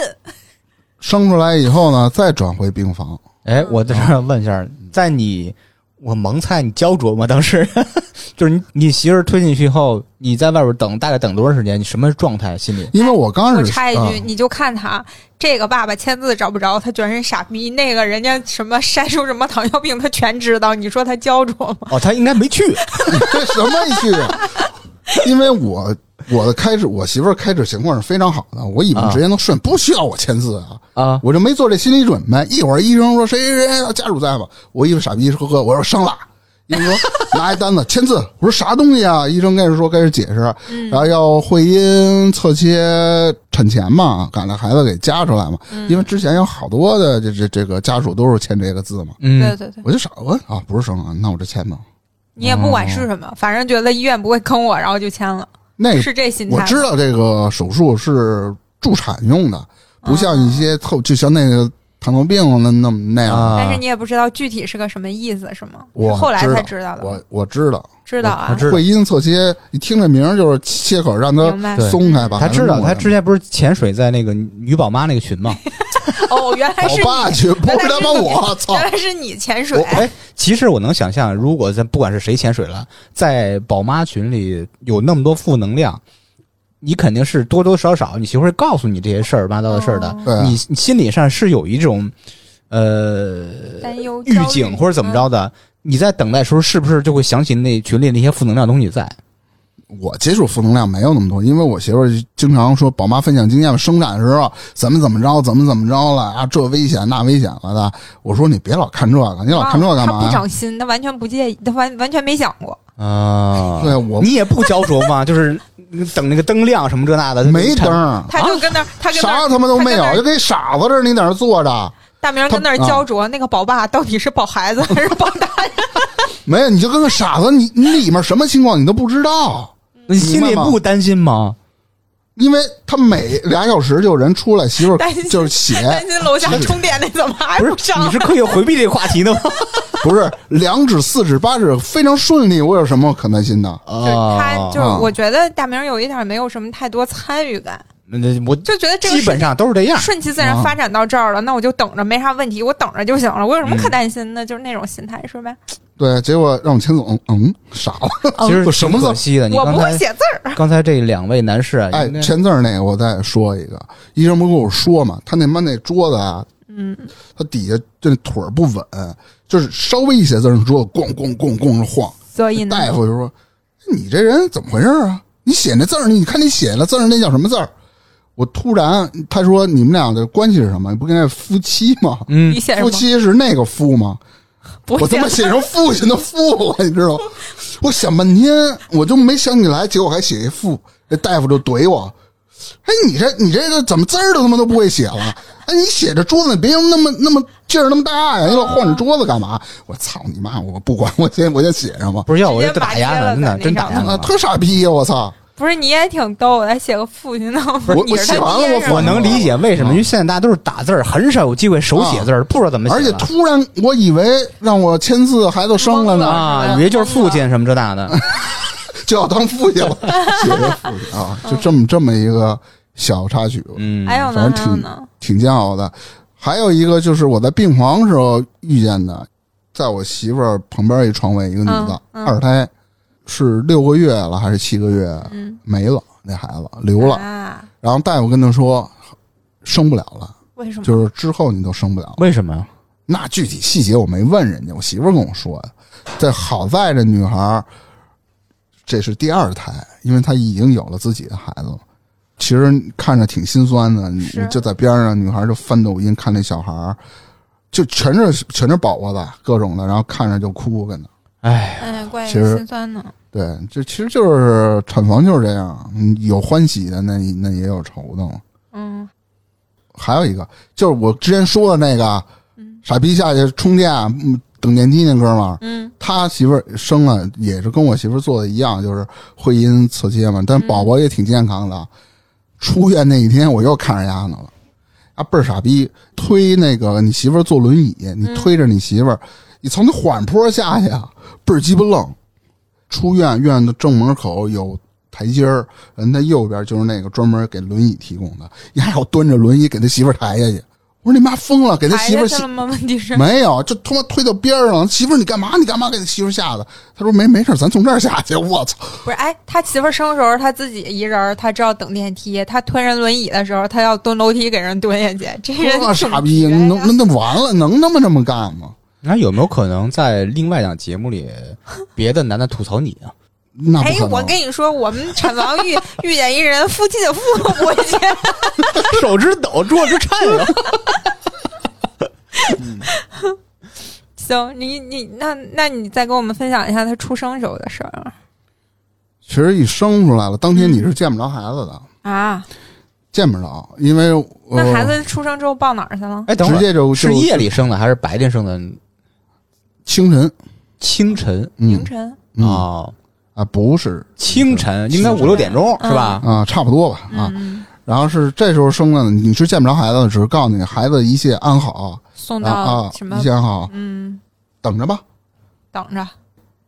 Speaker 1: 生出来以后呢，再转回病房，
Speaker 3: 哎，我在这儿问一下，在你我蒙菜，你焦灼吗？当时 就是你你媳妇儿推进去以后，你在外边等，大概等多长时间？你什么状态？心里
Speaker 1: 因为我刚
Speaker 2: 我
Speaker 1: 开始
Speaker 2: 插一
Speaker 1: 啊
Speaker 2: 句，你就看他这个爸爸签字找不着，他全是傻逼；那个人家什么筛出什么糖尿病，他全知道。你说他焦灼吗？
Speaker 3: 哦，她应该没去，
Speaker 1: 这什么一句啊？因为我我的开始，我媳妇儿开始情况是非常好的，我以为直接能顺，不需要我签字啊
Speaker 3: 啊！
Speaker 1: 我就没做这心理准备。一会儿医生说谁谁谁家属在吗？我以为傻逼呵呵，我说生了。医生说拿一单子签字，我说啥东西啊？医生开始说开始解释，然后要会阴侧切产前嘛，赶着孩子给夹出来嘛，因为之前有好多的这这这个家属都是签这个字嘛。
Speaker 2: 对
Speaker 3: 嗯，
Speaker 2: 对对，
Speaker 1: 我就傻问啊，不是生啊，那我这签吧。
Speaker 2: 你也不管是什么，反正觉得医院不会坑我，然后就签了。
Speaker 1: 那个
Speaker 2: 是这心态。
Speaker 1: 我知道这个手术是助产用的，不
Speaker 2: 哦
Speaker 1: 像一些特就像那个糖尿病那那么那样。
Speaker 4: 啊
Speaker 2: 但是你也不知道具体是个什么意思，是吗？
Speaker 1: 我
Speaker 2: 是后来
Speaker 1: 知道
Speaker 2: 才知道的，
Speaker 1: 我我知道，
Speaker 2: 知道
Speaker 4: 我
Speaker 2: 啊
Speaker 4: 知，道
Speaker 1: 会阴侧切，你听这名儿就是切口让它
Speaker 2: 明白。
Speaker 4: 对
Speaker 1: 松开吧。
Speaker 3: 他知道，他之
Speaker 1: 道。
Speaker 3: 前不是潜水在那个女宝妈那个群吗？
Speaker 2: 哦，原来
Speaker 1: 我
Speaker 2: 是
Speaker 1: 爸
Speaker 2: 你，
Speaker 1: 去，不是他妈
Speaker 2: 原
Speaker 1: 我操！
Speaker 2: 原来是你潜水
Speaker 3: 我，哎，其实我能想象，如果咱不管是谁潜水了，在宝妈群里有那么多负能量，你肯定是多多少少你媳妇会告诉你这些事儿八糟的事儿的，
Speaker 2: 哦
Speaker 1: 对啊
Speaker 3: 你你心理上是有一种呃
Speaker 2: 担忧
Speaker 3: 预警或者
Speaker 2: 嗯
Speaker 3: 怎么，着的。你在等待的时候，是不是就会想起那群里那些负能量东西在？
Speaker 1: 我接触负能量没有那么多，因为我媳妇儿经常说宝妈分享经验，生产的时候怎么怎么着，怎么怎么着了啊，这危险那危险了的。我说你别老看这个，你
Speaker 2: 焦虑
Speaker 1: 老看这
Speaker 2: 啊
Speaker 1: 干
Speaker 2: 他
Speaker 1: 嘛
Speaker 2: 不
Speaker 1: 呀？
Speaker 2: 长心，他完全不介意，他完完全没想过。
Speaker 4: 啊，
Speaker 1: 对我
Speaker 3: 你也不焦灼吗？ 就是等那个灯亮什么这那的，
Speaker 1: 没灯儿，
Speaker 2: 他就跟那儿，他跟那儿
Speaker 1: 啊啥他妈都没有，
Speaker 2: 他跟那
Speaker 1: 就
Speaker 2: 儿
Speaker 1: 跟傻子似的，你在那儿坐着，
Speaker 2: 大明儿跟那儿
Speaker 1: 他
Speaker 2: 焦灼，那个宝爸到底是保孩子还是保大人？
Speaker 1: 没有，你就跟个傻子，你你里面什么情况你都不知道，
Speaker 3: 你心里
Speaker 1: 明白吗
Speaker 3: 不担心吗？
Speaker 1: 因为他每俩小时就有人出来，媳妇儿
Speaker 2: 担心
Speaker 1: 就是血，
Speaker 2: 担心楼下充电那怎么还
Speaker 3: 不是，
Speaker 2: 上
Speaker 3: 你？是刻意回避这个话题 的吗？
Speaker 1: 不是两指四指八指非常顺利，我有什么可担心的？
Speaker 2: 就是他，就是
Speaker 1: 啊
Speaker 2: 我觉得大明儿有一点没有什么太多参与感，
Speaker 3: 那我
Speaker 2: 就觉得这个
Speaker 3: 基本
Speaker 2: 事
Speaker 3: 上都是这 样。
Speaker 2: 顺其自
Speaker 1: 啊
Speaker 2: 然发展到这儿了，那我就等着，没啥问题，我等着就行了，我有什么可
Speaker 1: 嗯
Speaker 2: 担心的？就是那种心态，是呗？
Speaker 1: 对，结果让我秦总嗯傻了，
Speaker 3: 其实
Speaker 1: 我什么
Speaker 3: 挺
Speaker 1: 字
Speaker 3: 可惜的，你
Speaker 2: 哦我
Speaker 3: 刚
Speaker 2: 不会
Speaker 3: 才
Speaker 2: 写字儿，
Speaker 3: 刚才这两位男士啊，
Speaker 1: 哎
Speaker 3: 应，该
Speaker 1: 签字儿那个我再说一个，医生不跟我说嘛，他那妈那桌子啊，
Speaker 2: 嗯，
Speaker 1: 他底下这腿儿不稳，就是稍微一写字儿，桌子咣咣咣咣着晃。
Speaker 2: 所以呢，
Speaker 1: 大夫就说：“你这人怎么回事啊？你写那字儿，你看你写那字儿，那叫什么字儿？”我突然他说：“你们俩的关系是什么？你不应该是夫妻吗？
Speaker 3: 嗯
Speaker 2: 你，写什
Speaker 1: 夫
Speaker 2: 么？
Speaker 1: 妻是那个夫吗？”
Speaker 2: 不
Speaker 1: 我他妈写成父亲的父了，你知道吗？我想半天，我就没想起来，结果还写一父。这大夫就怼我：“哎，你这你这个怎么字儿都他妈都不会写了？哎，你写这桌子别用那么那么劲儿那么大呀，你老晃
Speaker 2: 啊
Speaker 1: 着桌子干嘛？”我操你妈！我不管，我先我先写上吧。
Speaker 3: 不是要我
Speaker 2: 直
Speaker 3: 就
Speaker 2: 接
Speaker 3: 打压
Speaker 2: 拔尖了
Speaker 3: 呢，真的
Speaker 2: 在
Speaker 3: 真
Speaker 2: 那
Speaker 3: 打
Speaker 2: 上
Speaker 3: 压
Speaker 1: 啊，
Speaker 3: 呢。
Speaker 1: 特傻逼呀！我操！
Speaker 2: 不是，你也挺逗的，还写个父亲呢。
Speaker 1: 我
Speaker 2: 你
Speaker 1: 我
Speaker 2: 是
Speaker 1: 写
Speaker 2: 他
Speaker 1: 完了
Speaker 2: 爹
Speaker 1: 我
Speaker 2: 是吧
Speaker 3: 我能理解为
Speaker 1: 嗯
Speaker 3: 什么，因为现在大家都是打字儿，很少有机会手写字儿，不知道怎么写
Speaker 1: 啊而且
Speaker 3: 了。
Speaker 1: 突然，我以为让我签字，孩子生了呢，
Speaker 3: 啊，以为就是父亲什么这 那的，
Speaker 1: 就要当父 亲了，写着父亲啊，就这么这么一个小插曲，
Speaker 3: 嗯，
Speaker 2: 还有呢
Speaker 1: 反，
Speaker 2: 还
Speaker 1: 正
Speaker 2: 有
Speaker 1: 挺
Speaker 2: 呢，
Speaker 1: 挺煎熬的。还有一个就是我在病房时候遇见的，在我媳妇儿旁边一床位一个女的，
Speaker 2: 嗯嗯
Speaker 1: 二胎是六个月了还是七个月
Speaker 2: 嗯，
Speaker 1: 没了，那孩子留了，
Speaker 2: 啊，
Speaker 1: 然后大夫跟她说生不了了，
Speaker 2: 为什么？
Speaker 1: 就是之后你都生不了了。
Speaker 3: 为什么啊呀？
Speaker 1: 那具体细节我没问人家，我媳妇儿跟我说的。这好在这女孩儿，这是第二胎，因为她已经有了自己的孩子了。其实看着挺心酸的，你
Speaker 2: 是
Speaker 1: 就在边上，女孩儿就翻抖音看那小孩儿，就全是全是宝宝的各种的，然后看着就哭跟那。
Speaker 3: 哎，
Speaker 2: 哎，怪
Speaker 1: 其实
Speaker 2: 心酸呢。
Speaker 1: 对，这其实就是产房就是这样，嗯有欢喜的，那那也有愁的嘛。
Speaker 2: 嗯，
Speaker 1: 还有一个就是我之前说的那个，傻逼下去充电嗯等电梯那哥们儿，
Speaker 2: 嗯，
Speaker 1: 他媳妇儿生了也是跟我媳妇儿做的一样，就是会阴侧切嘛，但宝宝也挺健康的。出院那一天，我又看着丫呢了，啊倍儿傻逼，推那个你媳妇儿坐轮椅，你推着你媳妇儿，你从那缓坡下去，啊，倍儿鸡巴愣。出院院的正门口有台阶儿，人家右边就是那个专门给轮椅提供的，你还要端着轮椅给他媳妇儿抬下去。我说你妈疯了，给他
Speaker 2: 孩
Speaker 1: 媳妇
Speaker 2: 子
Speaker 1: 儿
Speaker 2: 去了吗？问题 是，
Speaker 1: 没有，就他妈推到边儿上了。媳妇儿，你干嘛？你干嘛给媳妇儿吓的？他说没没事儿，咱从这儿下去。我 操！
Speaker 2: 不是？哎，他媳妇儿生的时候，他自己一人儿，他知道等电梯；他推人轮椅的时候，他要蹲楼梯给人蹲下去。这
Speaker 1: 这
Speaker 2: 人挺
Speaker 1: 傻逼，
Speaker 2: 绝的
Speaker 1: 能那那完了，能他妈这么干吗？
Speaker 3: 那有没有可能在另外一档节目里，别的男的吐槽你啊？
Speaker 1: 那不
Speaker 2: 哎
Speaker 1: 可，能。
Speaker 2: 我跟你说，我们产房 遇遇见一人，夫妻的父都不会见。
Speaker 3: 手直抖，桌子颤 悠。
Speaker 2: 行，你你那那你再给我们分享一下他出生时候的事儿啊
Speaker 1: 其实一生出来了，当天你是见不着孩子的，
Speaker 2: 啊？
Speaker 1: 见不着，因为、呃、
Speaker 2: 那孩子出生之后抱哪儿去了？
Speaker 3: 哎，等会
Speaker 1: 直
Speaker 3: 儿
Speaker 1: 接就是就
Speaker 3: 夜里生的还是白天生的？
Speaker 1: 清晨，
Speaker 3: 清晨
Speaker 2: 凌
Speaker 1: 嗯
Speaker 2: 晨。
Speaker 1: 嗯
Speaker 3: 啊，
Speaker 1: 啊不是
Speaker 3: 清晨应该五六点钟是吧？
Speaker 1: 啊，差不多吧啊。
Speaker 2: 嗯，
Speaker 1: 然后是这时候生的，你是见不着孩子的，只是告诉你孩子一切安好，
Speaker 2: 送
Speaker 1: 啊
Speaker 2: 到
Speaker 1: 啊
Speaker 2: 什么，
Speaker 1: 一切安好，
Speaker 2: 嗯，
Speaker 1: 等着吧。
Speaker 2: 等着，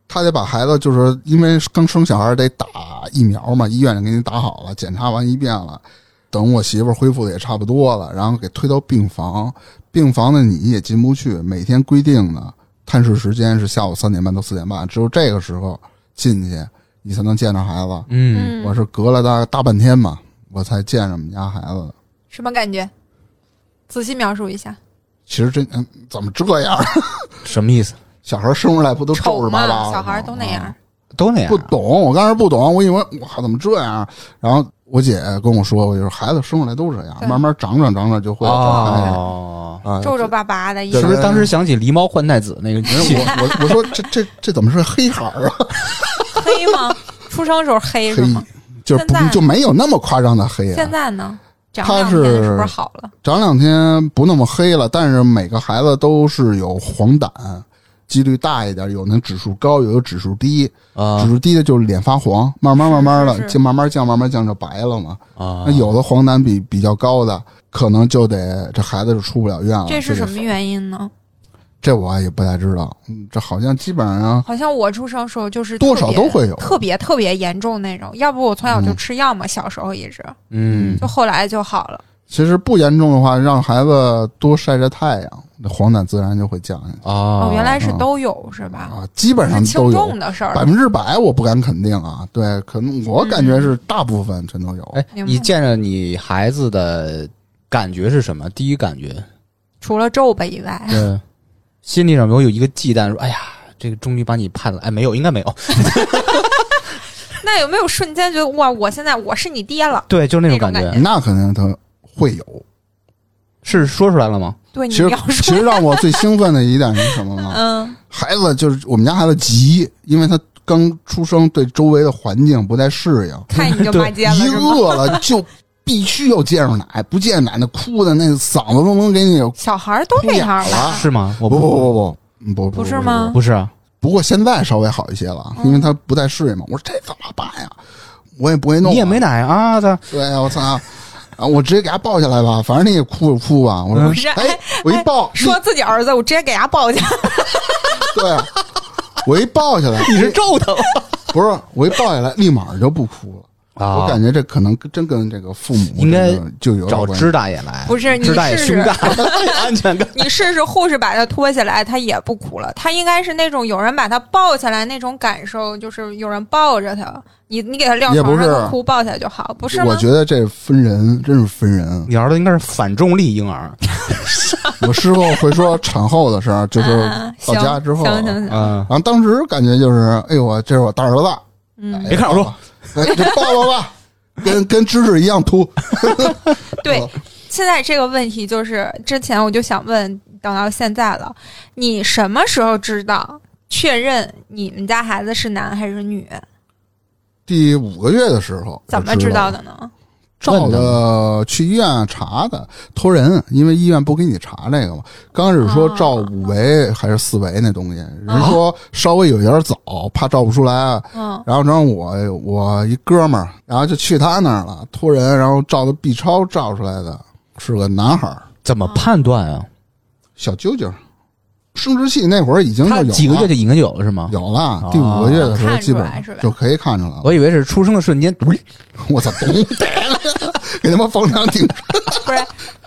Speaker 1: 他得把孩子，就是因为刚生小孩得打疫苗嘛，医院就给你打好了，检查完一遍了。等我媳妇儿恢复的也差不多了，然后给推到病房，病房的你也进不去。每天规定的探视时间是下午三点半到四点半，只有这个时候进去，你才能见着孩子。
Speaker 4: 嗯，
Speaker 2: 嗯，
Speaker 1: 我是隔了大大半天嘛，我才见着我们家孩子的。
Speaker 2: 什么感觉？仔细描述一下，
Speaker 1: 其实真嗯，怎么这样？啊
Speaker 3: 什么意思？
Speaker 1: 小孩生出来不都皱
Speaker 2: 丑
Speaker 1: 着巴巴
Speaker 2: 嘛
Speaker 1: 的，吗？
Speaker 2: 小孩都那样
Speaker 1: 啊。
Speaker 3: 都那样
Speaker 1: 不懂，我当时不懂，我以为哇怎么这样？然后我姐跟我说，我就是孩子生出来都是这样，
Speaker 2: 对
Speaker 1: 慢慢长长长长就会长
Speaker 4: 哦，
Speaker 1: 开啊。
Speaker 2: 嗯皱皱巴巴的，一
Speaker 1: 对
Speaker 4: 是
Speaker 2: 个
Speaker 4: 不是当时想起狸猫换太子那个
Speaker 1: 没有
Speaker 4: 戏？
Speaker 1: 我 我我说这这这怎么是黑孩儿啊？
Speaker 2: 黑吗？出生时候黑是
Speaker 1: 黑
Speaker 2: 吗？
Speaker 1: 就是不
Speaker 2: 现在
Speaker 1: 就没有那么夸张的黑
Speaker 2: 现
Speaker 1: 啊，
Speaker 2: 在呢？长
Speaker 1: 他
Speaker 2: 两天了
Speaker 1: 是
Speaker 2: 是不是好了？
Speaker 1: 长两天不那么黑了，但是每个孩子都是有黄疸，几率大一点，有那指数高，有的指数低，
Speaker 4: 啊
Speaker 1: 指数低的就是脸发黄，慢慢慢慢
Speaker 2: 是是
Speaker 1: 的
Speaker 2: 是
Speaker 1: 就慢慢降，慢慢降就白了嘛。
Speaker 4: 啊
Speaker 1: 那，有的黄疸比比较高的，可能就得这孩子就出不了院了。
Speaker 2: 这是
Speaker 1: 就
Speaker 2: 什
Speaker 1: 得
Speaker 2: 么
Speaker 1: 送？
Speaker 2: 原因呢？
Speaker 1: 这我也不太知道。嗯，这好像基本上
Speaker 2: 好像我出生时候就是
Speaker 1: 多
Speaker 2: 特
Speaker 1: 少
Speaker 2: 别
Speaker 1: 都会有。嗯
Speaker 2: 特别特别严重那种，要不我从小就吃药嘛，小时候一直，
Speaker 4: 嗯
Speaker 2: 就后来就好了。
Speaker 1: 其实不严重的话，让孩子多晒晒太阳，那黄疸自然就会降下去
Speaker 4: 啊
Speaker 2: 哦，，原来是
Speaker 1: 啊
Speaker 2: 都有是吧？
Speaker 1: 啊。基本上
Speaker 2: 是轻
Speaker 1: 都有
Speaker 2: 重，的事儿，
Speaker 1: 百分之百我不敢肯定啊。对，可能我感觉是大部分全都有。
Speaker 4: 哎，
Speaker 2: 明白
Speaker 4: 你见着你孩子的感觉是什么？第一感觉，
Speaker 2: 除了皱巴以外，
Speaker 4: 对，心里上有有一个忌惮，说哎呀，这个终于把你判了，哎，没有，应该没有，
Speaker 2: 那有没有瞬间觉得哇，我现在我是你爹了？
Speaker 4: 对，就是那种感
Speaker 2: 那种感
Speaker 4: 觉，
Speaker 1: 那肯定他会有。
Speaker 4: 是说出来了吗？
Speaker 2: 对
Speaker 1: 其实
Speaker 2: 你描
Speaker 1: 其
Speaker 2: 述，
Speaker 1: 实让我最兴奋的一点是什么吗？
Speaker 2: 嗯，
Speaker 1: 孩子就是我们家孩子急，因为他刚出生，对周围的环境不太适应，
Speaker 2: 看你就骂街了
Speaker 1: 一
Speaker 2: 是吗？
Speaker 1: 饿了就必须要接上奶，不接奶那哭的那嗓子都能给你
Speaker 2: 小孩儿都这样
Speaker 1: 哭
Speaker 2: 吧
Speaker 1: 哑？
Speaker 4: 是吗？我
Speaker 1: 不不不不嗯不不
Speaker 2: 啊不是吗？嗯
Speaker 1: 不
Speaker 4: 不是啊，
Speaker 1: 不过现在稍微好一些了，因为他不太适应嘛。我说这怎么办呀？我也不会弄啊，
Speaker 4: 你也没奶啊，他
Speaker 1: 对呀，我操！啊，我直接给他抱下来吧，反正你也哭就哭吧。我
Speaker 4: 嗯
Speaker 2: 不是
Speaker 1: 说，哎，我一抱，
Speaker 2: 说自己儿子，我直接给他抱去。
Speaker 1: 立对，我一抱下来，
Speaker 4: 你是咒他了
Speaker 1: 不是我一抱下来，立马就不哭了。
Speaker 4: 啊
Speaker 1: 我感觉这可能跟真跟这个父母
Speaker 4: 应该
Speaker 1: 这个就有点
Speaker 4: 找
Speaker 1: 关系
Speaker 3: 支大爷来，
Speaker 2: 不是你
Speaker 4: 知大爷
Speaker 2: 试
Speaker 4: 胸
Speaker 2: 试
Speaker 4: 大，安全感。
Speaker 2: 你试试护士把他拖下来，他也不哭了。他应该是那种有人把他抱起来那种感受，就是有人抱着他，你你给他撂
Speaker 1: 也不
Speaker 2: 床上，
Speaker 1: 是
Speaker 2: 他哭抱起来就好，不是吗？
Speaker 1: 我觉得这分人，真是分 人。
Speaker 4: 你儿子应该是反重力婴儿，
Speaker 1: 我师傅会说产后的事儿，就是
Speaker 2: 啊
Speaker 1: 到
Speaker 2: 行
Speaker 1: 家之后，啊
Speaker 2: 行行
Speaker 1: 然
Speaker 2: 行，
Speaker 4: 嗯，
Speaker 1: 后当时感觉就是，哎呦，我这是我大儿 子，哎
Speaker 2: 嗯，
Speaker 4: 别看我说
Speaker 1: 说，哎这抱抱吧，跟跟芝芝一样秃。嗯
Speaker 2: 对。现在这个问题就是，之前我就想问，等到现在了，你什么时候知道确认你们家孩子是男还是女？
Speaker 1: 第五个月的时候，
Speaker 2: 怎么
Speaker 1: 知
Speaker 2: 知道
Speaker 1: 的？
Speaker 2: 的呢？
Speaker 1: 照着去医院查的，托人，因为医院不给你查这个嘛。刚开始说
Speaker 2: 啊
Speaker 1: 照五维还是四维那东西，
Speaker 2: 哦
Speaker 1: 人说稍微有点早，怕照不出来。啊
Speaker 2: 嗯，
Speaker 1: 然后正好我我一哥们儿，然后就去他那儿了，托人，然后照的 B 超照出来的是个男孩儿，
Speaker 4: 怎么判断啊？
Speaker 1: 小啾啾，生殖器那会儿已经就
Speaker 4: 他
Speaker 1: 有了，啊
Speaker 4: 几个月就应该有了是吗？
Speaker 1: 有啊
Speaker 4: 哦，
Speaker 1: 了第五个月的时候
Speaker 2: 看
Speaker 1: 基
Speaker 2: 出
Speaker 1: 本
Speaker 2: 来
Speaker 1: 上
Speaker 2: 是吧
Speaker 1: 就可以看出来了。
Speaker 4: 我以为是出生的瞬间，
Speaker 1: 我操，懂得了，给他妈房梁顶上。
Speaker 2: 不是，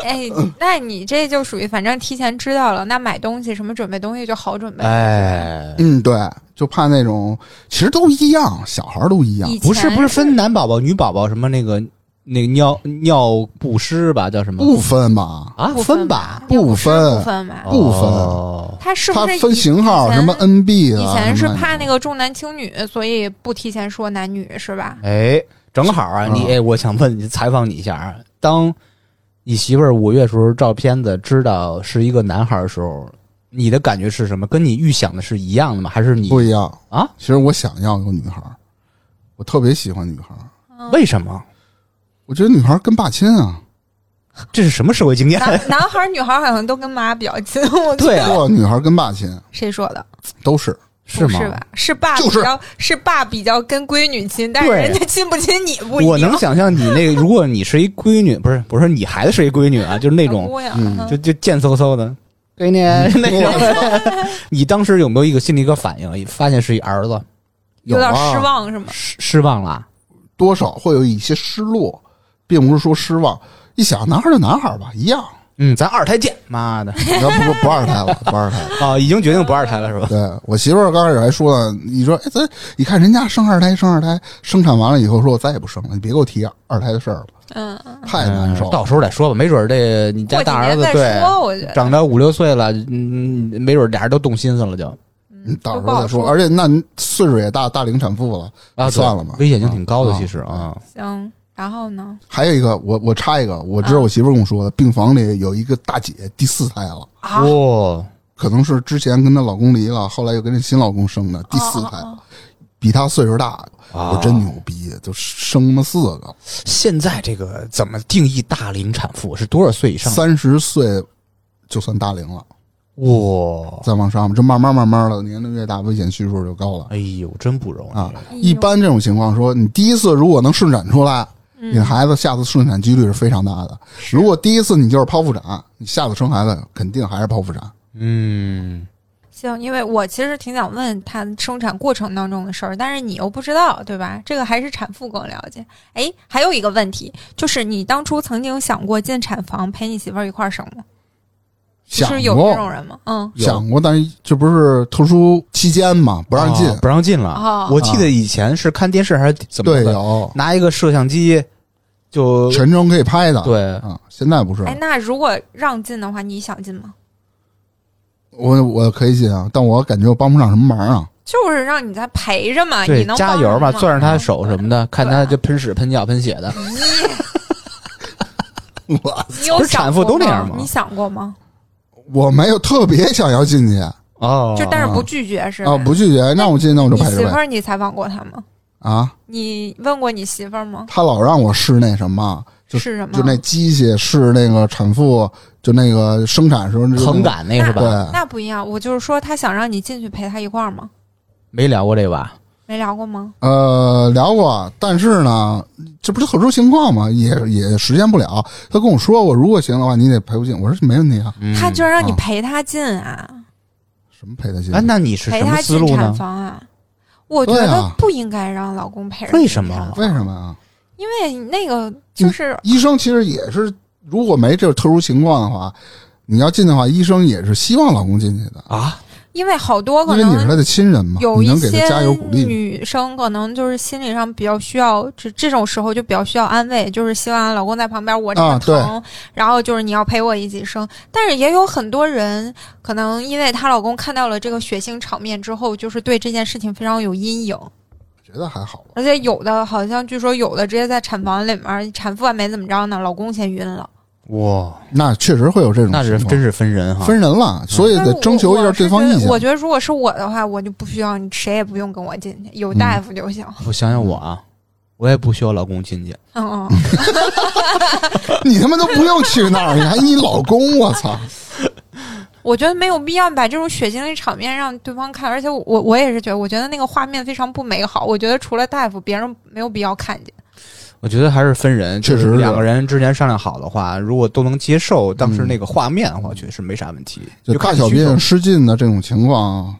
Speaker 2: 哎，那你这就属于反正提前知道了，那买东西什么准备东西就好准备。
Speaker 4: 哎，
Speaker 1: 嗯，对，就怕那种，其实都一样，小孩儿都一样。
Speaker 2: 以前
Speaker 4: 不是不是分男宝宝、女宝宝什么那个那个尿尿不湿吧，叫什么
Speaker 1: 不分吧，
Speaker 4: 啊
Speaker 2: 不
Speaker 4: 分
Speaker 2: 分
Speaker 4: 吧？
Speaker 2: 不
Speaker 1: 不分
Speaker 2: 不分吧？
Speaker 1: 不分
Speaker 4: 哦
Speaker 2: 他是
Speaker 1: 它
Speaker 2: 不是
Speaker 1: 分
Speaker 2: 以
Speaker 1: 型号，
Speaker 2: 以
Speaker 1: 什
Speaker 2: 前
Speaker 1: 么啊 NB 的。
Speaker 2: 以前是怕那
Speaker 1: 个，
Speaker 2: 个重男轻女，所以不提前说男女是 吧？
Speaker 4: 哎，正好啊，你
Speaker 1: 嗯
Speaker 4: 哎，我想问你，采访你一下啊，当你媳妇儿五月时候照片子知道是一个男孩儿的时候，你的感觉是什么？跟你预想的是一样的吗？还是你
Speaker 1: 不一样
Speaker 4: 啊？
Speaker 1: 其实我想要有女孩儿，我特别喜欢女孩儿，
Speaker 4: 为什么？
Speaker 1: 我觉得女孩儿跟爸亲啊，
Speaker 4: 这是什么社会经验？
Speaker 2: 男男孩儿女孩儿好像都跟妈比较近，我
Speaker 4: 对啊，
Speaker 1: 不，女孩儿跟爸亲
Speaker 2: 谁说的？
Speaker 1: 都是
Speaker 3: 是
Speaker 2: 不
Speaker 3: 吗？
Speaker 2: 是吧？是爸
Speaker 1: 就
Speaker 2: 比
Speaker 1: 是
Speaker 2: 较、是、爸比较跟闺女亲，但是
Speaker 3: 对
Speaker 2: 人家亲不亲你不一定。
Speaker 3: 我能想象你那个，如果你是一闺女，不是不是你孩子是一闺女啊，就是那
Speaker 2: 那
Speaker 3: 种
Speaker 2: 姑娘，
Speaker 1: 嗯
Speaker 2: 嗯
Speaker 3: 就就贱嗖嗖的闺女 那种，你当时有没有一个心理一个反应，发现是一儿子，
Speaker 2: 有点
Speaker 1: 啊
Speaker 2: 失望是吗？
Speaker 3: 失失望了？
Speaker 1: 多少会有一些失落，并不是说失望。一想男孩儿就男孩儿吧，一 样。
Speaker 3: 嗯，咱二胎见，妈的
Speaker 1: 你要不不二胎了，不二胎了。
Speaker 3: 啊，已经决定不二胎了是吧？
Speaker 1: 对我媳妇儿刚开始还说呢，你说哎，咱你看人家生二胎，生二胎，生产完了以后说我再也不生了，你别给我提二胎的事儿了，
Speaker 2: 嗯，嗯
Speaker 1: 太难受
Speaker 3: 嗯
Speaker 1: 了。
Speaker 3: 到时候再说吧，没准儿这你家
Speaker 2: 过几
Speaker 3: 大儿
Speaker 2: 年
Speaker 3: 子
Speaker 2: 哦再
Speaker 3: 对
Speaker 2: 说，我觉得。
Speaker 3: 长到五六岁了，嗯，没准儿俩人都动心思了就
Speaker 1: 嗯到时
Speaker 2: 哎都不
Speaker 1: 候再
Speaker 2: 好
Speaker 1: 说。
Speaker 2: 说
Speaker 1: 而且那岁数也大，大龄产妇了，
Speaker 3: 啊，对
Speaker 1: 算了吧
Speaker 3: 危险性挺高的
Speaker 1: 啊
Speaker 3: 其实啊，
Speaker 2: 行，然后呢？
Speaker 1: 还有一个，我我插一个，我知道我媳妇儿跟我说的，病房里有一个大姐第四胎了，
Speaker 2: 啊，
Speaker 3: 哇，
Speaker 1: 可能是之前跟她老公离了，后来又跟这新老公生的第四胎，
Speaker 2: 哦哦哦
Speaker 1: 比她岁数大，我
Speaker 3: 啊
Speaker 1: 真牛逼，就生他妈四个，
Speaker 3: 现在这个怎么定义大龄产妇是多少岁以上？
Speaker 1: 三十岁就算大龄了，
Speaker 3: 哇，
Speaker 1: 再往上，这慢慢慢慢的年龄越大，危险系数就高了。
Speaker 3: 哎呦，真不容易
Speaker 1: 啊
Speaker 2: 哎呦
Speaker 1: 一般这种情况说，你第一次如果能顺产出来，你的孩子下次顺产几率是非常大的。如果第一次你就是剖腹产，你下次生孩子肯定还是剖腹产。
Speaker 3: 嗯，
Speaker 2: 行，因为我其实挺想问她生产过程当中的事儿，但是你又不知道，对吧？这个还是产妇更了解。哎，还有一个问题，就是你当初曾经想过进产房陪你媳妇儿一块儿生吗？
Speaker 1: 想
Speaker 2: 是有这种
Speaker 1: 过，
Speaker 2: 人吗？嗯，
Speaker 3: 有
Speaker 1: 想过，但是这不是特殊期间嘛，不
Speaker 3: 不
Speaker 1: 让进。
Speaker 3: 啊不让进了。
Speaker 2: 哦
Speaker 3: 我记得以前是看电视还是怎么
Speaker 1: 对，
Speaker 3: 的，
Speaker 1: 有
Speaker 3: 拿一个摄像机就
Speaker 1: 全程可以拍的。
Speaker 3: 对，
Speaker 1: 啊，现在不是了
Speaker 2: 哎，那如果让进的话，你想进吗？
Speaker 1: 我，我可以进啊，但我感觉我帮不上什么忙啊。
Speaker 2: 就是让你在陪着嘛，
Speaker 3: 对
Speaker 2: 你能
Speaker 3: 加
Speaker 2: 帮
Speaker 3: 油
Speaker 2: 什么
Speaker 3: 嘛，
Speaker 2: 吗嗯
Speaker 3: 攥着他的手什么的，看他 就喷屎、喷尿、喷血的。
Speaker 1: 我
Speaker 2: 你有
Speaker 3: 不是
Speaker 2: 想
Speaker 3: 产妇
Speaker 2: 过
Speaker 3: 都那样吗
Speaker 2: 你想过吗？
Speaker 1: 我没有特别想要进去啊，
Speaker 3: 哦
Speaker 2: 就但是不拒绝是吧？
Speaker 1: 不拒绝，让我进那我就
Speaker 2: 你
Speaker 1: 陪
Speaker 2: 媳
Speaker 1: 着
Speaker 2: 妇
Speaker 1: 呗。
Speaker 2: 儿你采访过她吗？
Speaker 1: 啊，
Speaker 2: 你问过你媳妇儿吗？
Speaker 1: 他老让我试那什么，就是
Speaker 2: 什么？
Speaker 1: 就那机器是那个产妇，就那个生产时候那个
Speaker 3: 横，杆那是
Speaker 1: 对
Speaker 3: 吧？，
Speaker 2: 那不一样，我就是说，她想让你进去陪她一块儿吗？
Speaker 3: 没聊过这吧？
Speaker 2: 没聊过
Speaker 3: 嗯
Speaker 2: 吗？
Speaker 1: 呃，聊过，但是呢，这不是特殊情况嘛，也也实现不了。他跟我说过，如果行的话，你得陪我进。我说没问题啊，
Speaker 3: 嗯
Speaker 2: 她居然让你
Speaker 1: 啊
Speaker 2: 陪她进啊，
Speaker 1: 什么陪他进？
Speaker 3: 哎，那你是
Speaker 2: 陪
Speaker 3: 什么
Speaker 2: 她
Speaker 3: 思
Speaker 2: 进
Speaker 3: 路
Speaker 2: 产
Speaker 3: 呢？
Speaker 2: 房啊？我觉
Speaker 1: 对
Speaker 2: 得
Speaker 1: 啊
Speaker 2: 不应该让老公陪着。
Speaker 3: 为什么
Speaker 1: 为什么啊？
Speaker 2: 因为那个就是
Speaker 1: 医生其实也是，如果没这特殊情况的话，你要进的话，医生也是希望老公进去的，
Speaker 3: 啊，
Speaker 2: 因为好多可
Speaker 1: 因为你是
Speaker 2: 能啊
Speaker 1: 他的亲人嘛，
Speaker 2: 有
Speaker 1: 你
Speaker 2: 一
Speaker 1: 能给
Speaker 2: 些
Speaker 1: 他加油鼓励。
Speaker 2: 女生可能就是心理上比较需要，这这种时候就比较需要安慰，就是希望老公在旁边，我这么
Speaker 1: 啊对
Speaker 2: 疼，然后就是你要陪我一起生。但是也有很多人可能因为她老公看到了这个血腥场面之后，就是对这件事情非常有阴影，
Speaker 1: 觉得还好吧，
Speaker 2: 而且有的好像据说有的直接在产房里面，产妇还没怎么着呢，老公先晕了。
Speaker 3: 哇，
Speaker 1: 那确实会有这种情
Speaker 3: 那
Speaker 1: 况，
Speaker 3: 是啊真是分人哈。
Speaker 1: 分人了，所以
Speaker 2: 但
Speaker 1: 得
Speaker 2: 是我
Speaker 1: 征求一
Speaker 2: 我
Speaker 1: 下
Speaker 2: 是
Speaker 1: 对方
Speaker 2: 觉得
Speaker 1: 意见。
Speaker 2: 我觉得如果是我的话，我就不需要你，谁也不用跟我进去，有
Speaker 1: 嗯
Speaker 2: 大夫就行。
Speaker 3: 我想想我啊，我也不需要老公亲戚。啊
Speaker 2: 嗯嗯。
Speaker 1: 你他妈都不用去那儿，你还你老公，我 操！
Speaker 2: 我觉得没有必要把这种血腥的场面让对方看，而且我我我也是觉得，我觉得那个画面非常不美好。我觉得除了大夫，别人没有必要看见。
Speaker 3: 我觉得还是分人，
Speaker 1: 确实
Speaker 3: 就是
Speaker 1: 是
Speaker 3: 两个人之前商量好的话，如果都能接受当时那个画面的话，我觉得是没啥问题。
Speaker 1: 嗯就
Speaker 3: 看
Speaker 1: 大小
Speaker 3: 需求
Speaker 1: 便，失禁的这种情况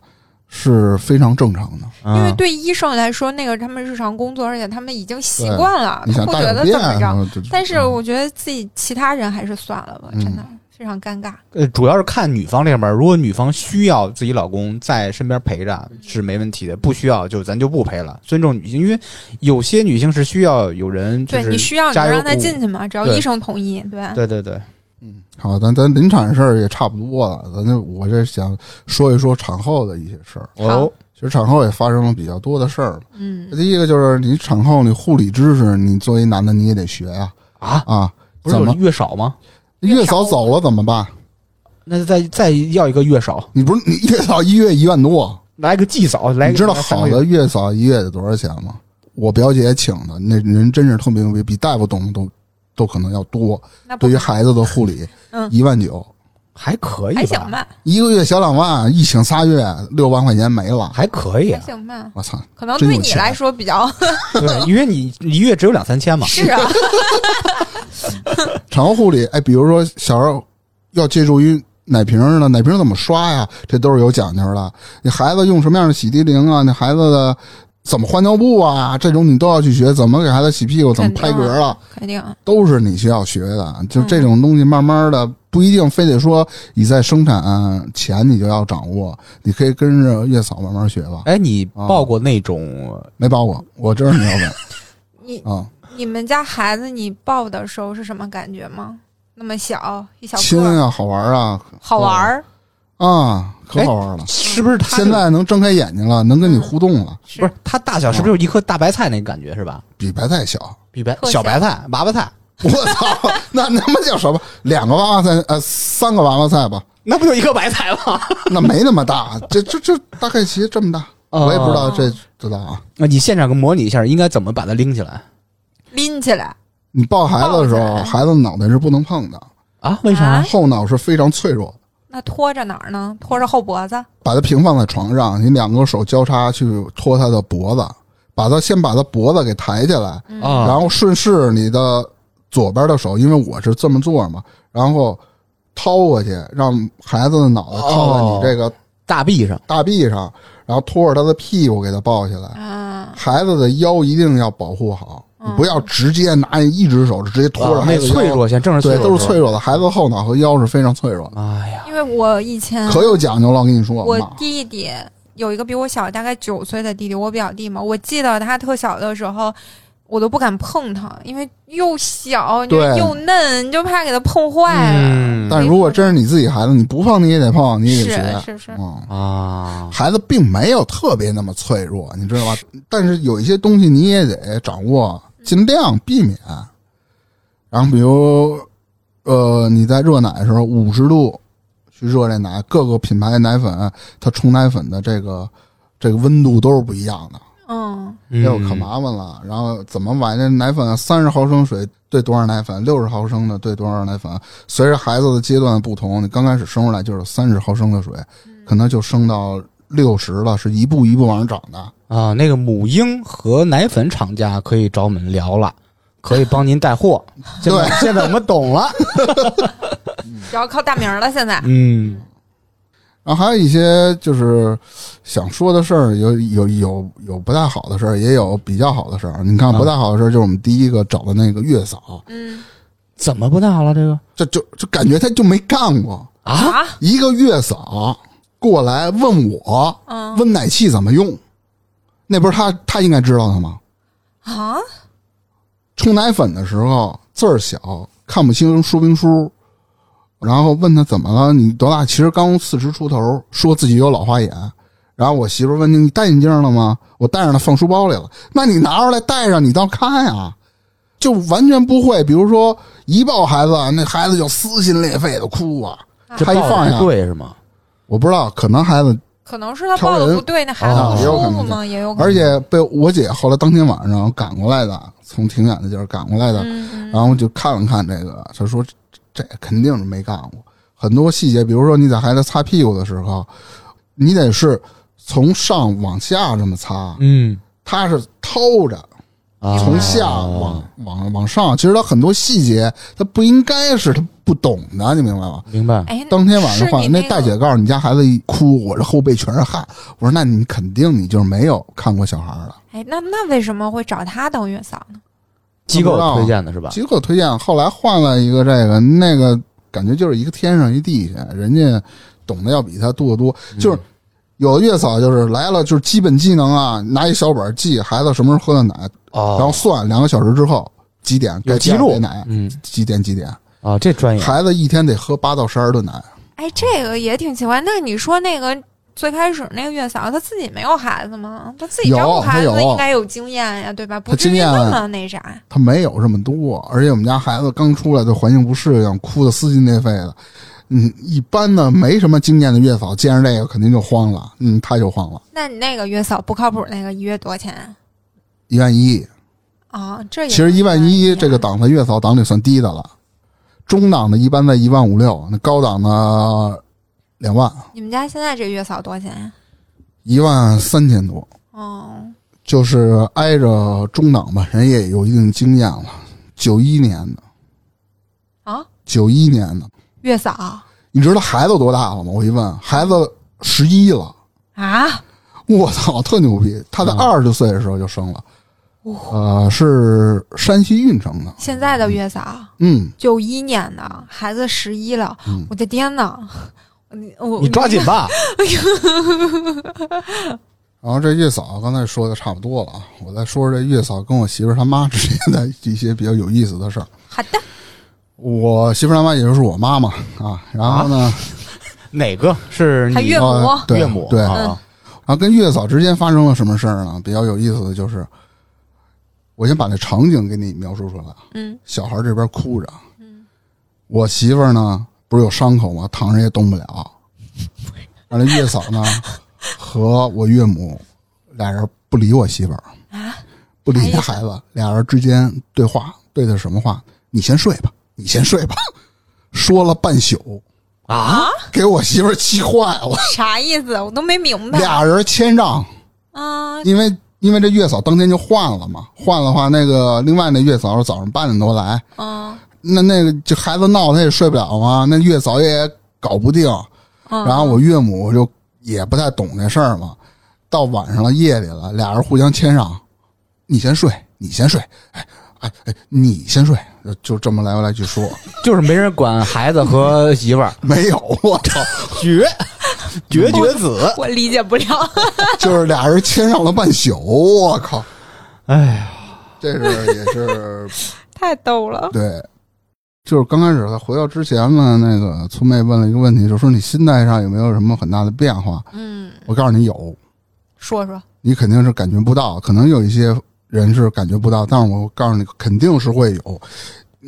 Speaker 1: 是非常正常的。
Speaker 3: 嗯
Speaker 2: 因为对医生来说，那个他们日常工作，而且他们已经习惯了，
Speaker 1: 你
Speaker 2: 他
Speaker 1: 想
Speaker 2: 不
Speaker 1: 大
Speaker 2: 觉
Speaker 1: 小
Speaker 2: 得
Speaker 1: 便
Speaker 2: 怎么
Speaker 1: 然
Speaker 2: 着。
Speaker 1: 后就，
Speaker 2: 但是我觉得自己其他人还是算了吧，
Speaker 1: 嗯
Speaker 2: 真的非常尴尬。
Speaker 3: 呃，主要是看女方这边，如果女方需要自己老公在身边陪着是没问题的，不需要就咱就不陪了，尊重女性，因为有些女性是需要有人就
Speaker 2: 对
Speaker 3: 是
Speaker 2: 你需要你就
Speaker 3: 加油
Speaker 2: 让他
Speaker 3: 鼓舞
Speaker 2: 进去嘛，只要
Speaker 3: 对
Speaker 2: 医生同意，对吧？
Speaker 3: 对对对，
Speaker 1: 嗯，好，咱咱临产事儿也差不多了，咱就我这想说一说产后的一些事儿。
Speaker 3: 哦，
Speaker 1: 其实产后也发生了比较多的事儿嘛。
Speaker 2: 嗯，
Speaker 1: 第一个就是你产后你护理知识，你作为男的你也得学呀
Speaker 3: 啊，
Speaker 1: 啊！
Speaker 3: 不是
Speaker 1: 怎
Speaker 3: 有
Speaker 1: 么
Speaker 3: 月嫂吗？
Speaker 1: 月嫂走了怎么办？
Speaker 3: 那再再要一个月嫂，
Speaker 1: 你不是你月嫂一月一万多，
Speaker 3: 来个季嫂，来个
Speaker 1: 你知道
Speaker 3: 来三
Speaker 1: 好
Speaker 3: 个月
Speaker 1: 的月嫂一月得多少钱吗？我表姐请的那人真是特别牛逼，比大夫懂的都都可能要多。
Speaker 2: 那不
Speaker 1: 对于孩子的护理，
Speaker 2: 嗯
Speaker 1: 一万九，
Speaker 4: 还可以吧，
Speaker 2: 还哎行吧，
Speaker 1: 一个月小两万，疫情仨月六万块钱没了，
Speaker 4: 还可以
Speaker 2: 还
Speaker 4: 啊。
Speaker 2: 行吧，
Speaker 1: 我操！
Speaker 2: 可能
Speaker 1: 真
Speaker 2: 对
Speaker 1: 有
Speaker 2: 你
Speaker 1: 钱
Speaker 2: 来说比较，
Speaker 4: 对，因为你你一月只有两三千嘛
Speaker 2: 是啊，
Speaker 1: 产后护理，哎，比如说小时候要借助于奶瓶儿呢，奶瓶儿怎么刷呀？这都是有讲究的。你孩子用什么样的洗涤灵啊？你孩子的怎么换尿布啊？这种你都要去学，怎么给孩子洗屁股，怎么拍嗝
Speaker 2: 肯定啊嗯
Speaker 1: 了，
Speaker 2: 肯定
Speaker 1: 都是你需要学的。就这种东西，慢慢的不一定非得说你在生产前你就要掌握，你可以跟着月嫂慢慢学吧。
Speaker 4: 哎，你报过那种
Speaker 1: 没包过，我知道你要问
Speaker 2: 你
Speaker 1: 啊，
Speaker 2: 你们家孩子你抱的时候是什么感觉吗？那么小一小
Speaker 1: 亲
Speaker 2: 个儿，
Speaker 1: 啊，好玩啊
Speaker 2: 好玩儿，
Speaker 1: 啊，可
Speaker 2: 哎
Speaker 1: 好玩了。
Speaker 4: 是不是他
Speaker 1: 现在能睁开眼睛了，能
Speaker 2: 嗯
Speaker 1: 跟你互动了，
Speaker 2: 是
Speaker 4: 不是他大小是不是就一颗大白菜那感觉是吧？
Speaker 1: 比白菜小。
Speaker 4: 比白
Speaker 2: 特小
Speaker 4: 小白菜、娃娃菜，
Speaker 1: 我操，那他妈叫什么？两个娃娃菜，呃，三个娃娃菜吧，
Speaker 4: 那不就一颗白菜吗？
Speaker 1: 那没那么大，这这这大概其这么大，
Speaker 3: 哦
Speaker 1: 我也不知道这知道啊。
Speaker 4: 哦那你现场给模拟一下，应该怎么把它拎起来
Speaker 2: 拎起来
Speaker 1: 你抱孩子的时
Speaker 2: 抱
Speaker 1: 候，
Speaker 2: 起来
Speaker 1: 孩子脑袋是不能碰的，
Speaker 4: 啊？为
Speaker 3: 哎
Speaker 4: 啥？
Speaker 2: 啊
Speaker 1: 后脑是非常脆弱的。
Speaker 2: 那拖着哪儿呢？拖着后脖子，
Speaker 1: 把它平放在床上，你两个手交叉去托他的脖子，把他先把他脖子给抬起来，
Speaker 3: 嗯
Speaker 4: 啊
Speaker 1: 然后顺势你的左边的手，因为我是这么做嘛，然后掏过去，让孩子的脑袋靠在你这个
Speaker 4: 大臂上
Speaker 1: 大臂上，然后拖着他的屁股给他抱起来。
Speaker 2: 啊，嗯
Speaker 1: 孩子的腰一定要保护好，你不要直接拿一只手直接拖着
Speaker 4: 啊
Speaker 1: 孩
Speaker 4: 那
Speaker 1: 子的腰
Speaker 4: 脆，弱性，正是
Speaker 1: 对，都是脆
Speaker 4: 弱
Speaker 1: 弱的。孩子后脑和腰是非常脆弱的，
Speaker 4: 时候。哎呀，
Speaker 2: 因为我以前
Speaker 1: 可有讲究了。我跟你说，
Speaker 2: 嗯我
Speaker 1: 妈
Speaker 2: 弟弟有一个比我小大概九岁的弟弟，我表弟嘛，我记得他特小的时候。我都不敢碰他，因为又小，你
Speaker 1: 对
Speaker 2: 又嫩，你就怕给他碰坏了。
Speaker 4: 嗯
Speaker 1: 但如果真是你自己孩子，你不碰你也得碰，你也
Speaker 2: 是
Speaker 1: 得学。
Speaker 2: 是是，
Speaker 1: 嗯，
Speaker 4: 啊，
Speaker 1: 孩子并没有特别那么脆弱，你知道吧？但是有一些东西你也得掌握，尽量避免。然后比如，呃，你在热奶的时候，五十度去热这奶，各个品牌的奶粉，它冲奶粉的这个这个温度都是不一样的，
Speaker 2: 嗯，
Speaker 1: 这
Speaker 4: 又
Speaker 1: 就哎可麻烦了。然后怎么买这奶粉？啊三十毫升水兑多少奶粉？六十毫升的兑多少奶粉？随着孩子的阶段不同，你刚开始生出来就是三十毫升的水，可能就升到六十了，是一步一步往上涨的。
Speaker 4: 啊，那个母婴和奶粉厂家可以找我们聊了，可以帮您带 货。现在现在我们懂了，
Speaker 2: 只要靠大名儿了。现在
Speaker 4: 嗯，
Speaker 1: 然后还有一些就是想说的事儿，有有有有不太好的事儿，也有比较好的事儿。你看
Speaker 4: 啊
Speaker 1: 不太好的事儿，就是我们第一个找的那个月嫂，
Speaker 2: 嗯
Speaker 4: 怎么不太好了？这个
Speaker 1: 这就就感觉他就没干过
Speaker 4: 啊，
Speaker 2: 啊，
Speaker 1: 一个月嫂过来问我
Speaker 2: 嗯
Speaker 1: 温奶器怎么用，那不是他他应该知道的吗？
Speaker 2: 啊，
Speaker 1: 冲奶粉的时候字儿小，看不清说明书，然后问他怎么了，你多大？其实刚四十出头，说自己有老花眼。然后我媳妇儿问你：“你戴眼镜了吗？”我戴上了，放书包里了。那你拿出来戴上，你倒看呀，就完全不会。比如说一抱孩子，啊那孩子就撕心裂肺的哭啊。
Speaker 4: 这
Speaker 1: 他一
Speaker 4: 抱着
Speaker 1: 放
Speaker 4: 不
Speaker 1: 下，
Speaker 4: 对是吗？
Speaker 1: 我不知道，可能孩子，
Speaker 2: 可能是他抱的不对，那孩子
Speaker 1: 啊
Speaker 2: 不
Speaker 1: 也有可
Speaker 2: 舒服
Speaker 1: 能
Speaker 2: 吗？也有可能。
Speaker 1: 而且被我姐后来当天晚上赶过来的，从挺远的地儿赶过来的，
Speaker 2: 嗯，嗯
Speaker 1: 然后就看了看这个，他说这这肯定是没干过很多细节，比如说你在孩子擦屁股的时候，你得是从上往下这么擦，
Speaker 4: 嗯，
Speaker 1: 他是掏着
Speaker 4: 啊
Speaker 1: 从下往、往往上，其实他很多细节他不应该是他不懂的，你明白吗？
Speaker 4: 明白
Speaker 2: 哎，
Speaker 1: 当天晚上
Speaker 2: 是
Speaker 1: 换
Speaker 2: 你
Speaker 1: 那
Speaker 2: 个
Speaker 1: 大姐告诉你家孩子一哭，我这后背全是汗。我说那你肯定你就是没有看过小孩儿了。
Speaker 2: 哎，那那为什么会找他当月嫂呢？
Speaker 4: 机构
Speaker 1: 不知道啊
Speaker 4: 推荐的是吧？
Speaker 1: 机构推荐，后来换了一个这个那个，感觉就是一个天上一地下，人家懂得要比他多得多。
Speaker 4: 嗯
Speaker 1: 就是有的月嫂就是来了，就是基本技能啊，拿一小本记孩子什么时候喝的奶，然后
Speaker 4: 哦，
Speaker 1: 算两个小时之后几点
Speaker 4: 有
Speaker 1: 该
Speaker 4: 记录
Speaker 1: 给奶，
Speaker 4: 嗯，
Speaker 1: 几点几点，
Speaker 4: 啊，这专业
Speaker 1: 孩子一天得喝八到十二顿奶。
Speaker 2: 哎，这个也挺奇怪。那你说那个最开始那个月嫂，她自己没有孩子吗？她自己
Speaker 1: 有
Speaker 2: 照顾孩子
Speaker 1: 她有
Speaker 2: 应该有经验呀，对吧？不至
Speaker 1: 经
Speaker 2: 于
Speaker 1: 验啊
Speaker 2: 那么那啥。
Speaker 1: 他没有这么多，而且我们家孩子刚出来对环境不适应，哭得撕心裂肺的。嗯，一般的没什么经验的月嫂见着这个肯定就慌了，嗯，他就慌了，
Speaker 2: 那你那个月嫂不靠谱，那个一月多少钱
Speaker 1: 一万一。
Speaker 2: 啊？这也
Speaker 1: 其实一万一
Speaker 2: 呀
Speaker 1: 这个档次月嫂档里算低的了，中档的一般在一万五六，那高档的两万，
Speaker 2: 你们家现在这月嫂多少钱呀、
Speaker 1: 一万三千多，
Speaker 2: 哦，
Speaker 1: 就是挨着中档吧，人也有一定经验了，九一年的，
Speaker 2: 啊，
Speaker 1: 九一年的，
Speaker 2: 月嫂啊
Speaker 1: 你知道孩子多大了吗？我一问，孩子十一了。
Speaker 2: 啊
Speaker 1: 我操，特牛逼！他在
Speaker 4: 嗯
Speaker 1: 二十岁的时候就生了，
Speaker 2: 哇
Speaker 1: 呃，是山西运城的，
Speaker 2: 现在的月嫂
Speaker 1: 嗯，
Speaker 2: 九一年的孩子十一了，
Speaker 1: 嗯
Speaker 2: 我的天呐！我我
Speaker 3: 你抓紧吧，
Speaker 1: 然后这月嫂刚才说的差不多了啊，我再说说这月嫂跟我媳妇儿她妈之间的一些比较有意思的事儿。
Speaker 2: 好的，
Speaker 1: 我媳妇儿她妈也就是我妈嘛啊，然后呢，
Speaker 4: 哪个是
Speaker 2: 还
Speaker 4: 你
Speaker 2: 岳母
Speaker 1: 呃对
Speaker 3: 岳母
Speaker 1: 对，然
Speaker 3: 啊，
Speaker 1: 后跟月嫂之间发生了什么事儿呢？比较有意思的就是，我先把这场景给你描述出来。
Speaker 2: 嗯
Speaker 1: 小孩这边哭着，我媳妇儿呢不是有伤口吗？躺着也动不了。完了，月嫂呢和我岳母俩人不理我媳妇儿，
Speaker 2: 啊，
Speaker 1: 不理这孩子，俩人之间对话对的什么话？你先睡吧，你先睡吧，说了半宿，
Speaker 4: 啊？
Speaker 1: 给我媳妇儿气坏了。
Speaker 2: 啥意思？啊我都没明白。
Speaker 1: 俩人谦让，
Speaker 2: 啊，
Speaker 1: 因为因为这月嫂当天就换了嘛，换了话，那个另外那月嫂是早上八点多来，
Speaker 2: 嗯
Speaker 1: 那那个就孩子闹他也睡不了嘛，那月嫂也搞不定，
Speaker 2: 嗯，
Speaker 1: 然后我岳母就也不太懂这事儿嘛，到晚上了夜里了，俩人互相谦让，你先睡，你先睡，哎哎哎，你先睡，就就这么来回来去说，，
Speaker 4: 就是没人管孩子和媳妇儿
Speaker 1: 没有，我操，
Speaker 3: 绝绝绝子，
Speaker 2: 我理解不了。
Speaker 1: 就是俩人谦让了半宿，我靠，
Speaker 4: 哎呀，
Speaker 1: 这是也是
Speaker 2: 太逗 了。
Speaker 1: 对，就是刚开始他回到之前呢，那个村妹问了一个问题，就说你心态上有没有什么很大的变化？
Speaker 2: 嗯，
Speaker 1: 我告诉你有，
Speaker 2: 说说，
Speaker 1: 你肯定是感觉不到，可能有一些人是感觉不到，但是我告诉你，肯定是会有。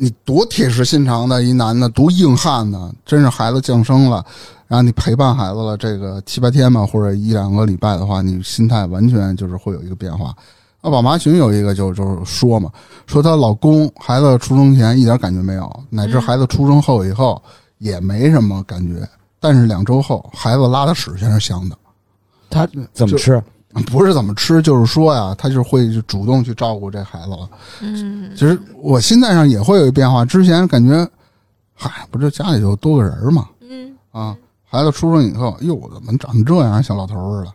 Speaker 1: 你多铁石心肠的一男的，多硬汉呢，真是孩子降生了，然后你陪伴孩子了这个七八天吧，或者一两个礼拜的话，你心态完全就是会有一个变化。那宝妈群有一个就就是说嘛，说她老公孩子出生前一点感觉没有，乃至
Speaker 2: 嗯
Speaker 1: 孩子出生后以后也没什么感觉，但是两周后孩子拉的屎全是香的。
Speaker 4: 他怎么
Speaker 1: 就
Speaker 4: 吃？
Speaker 1: 不是怎么吃，就是说呀，他就是会主动去照顾这孩子了。
Speaker 2: 嗯
Speaker 1: 其实我心态上也会有一变化，之前感觉，嗨，不就家里就多个人嘛，
Speaker 2: 嗯
Speaker 1: 啊，孩子出生以后，哟，我怎么长这样，小老头儿似的，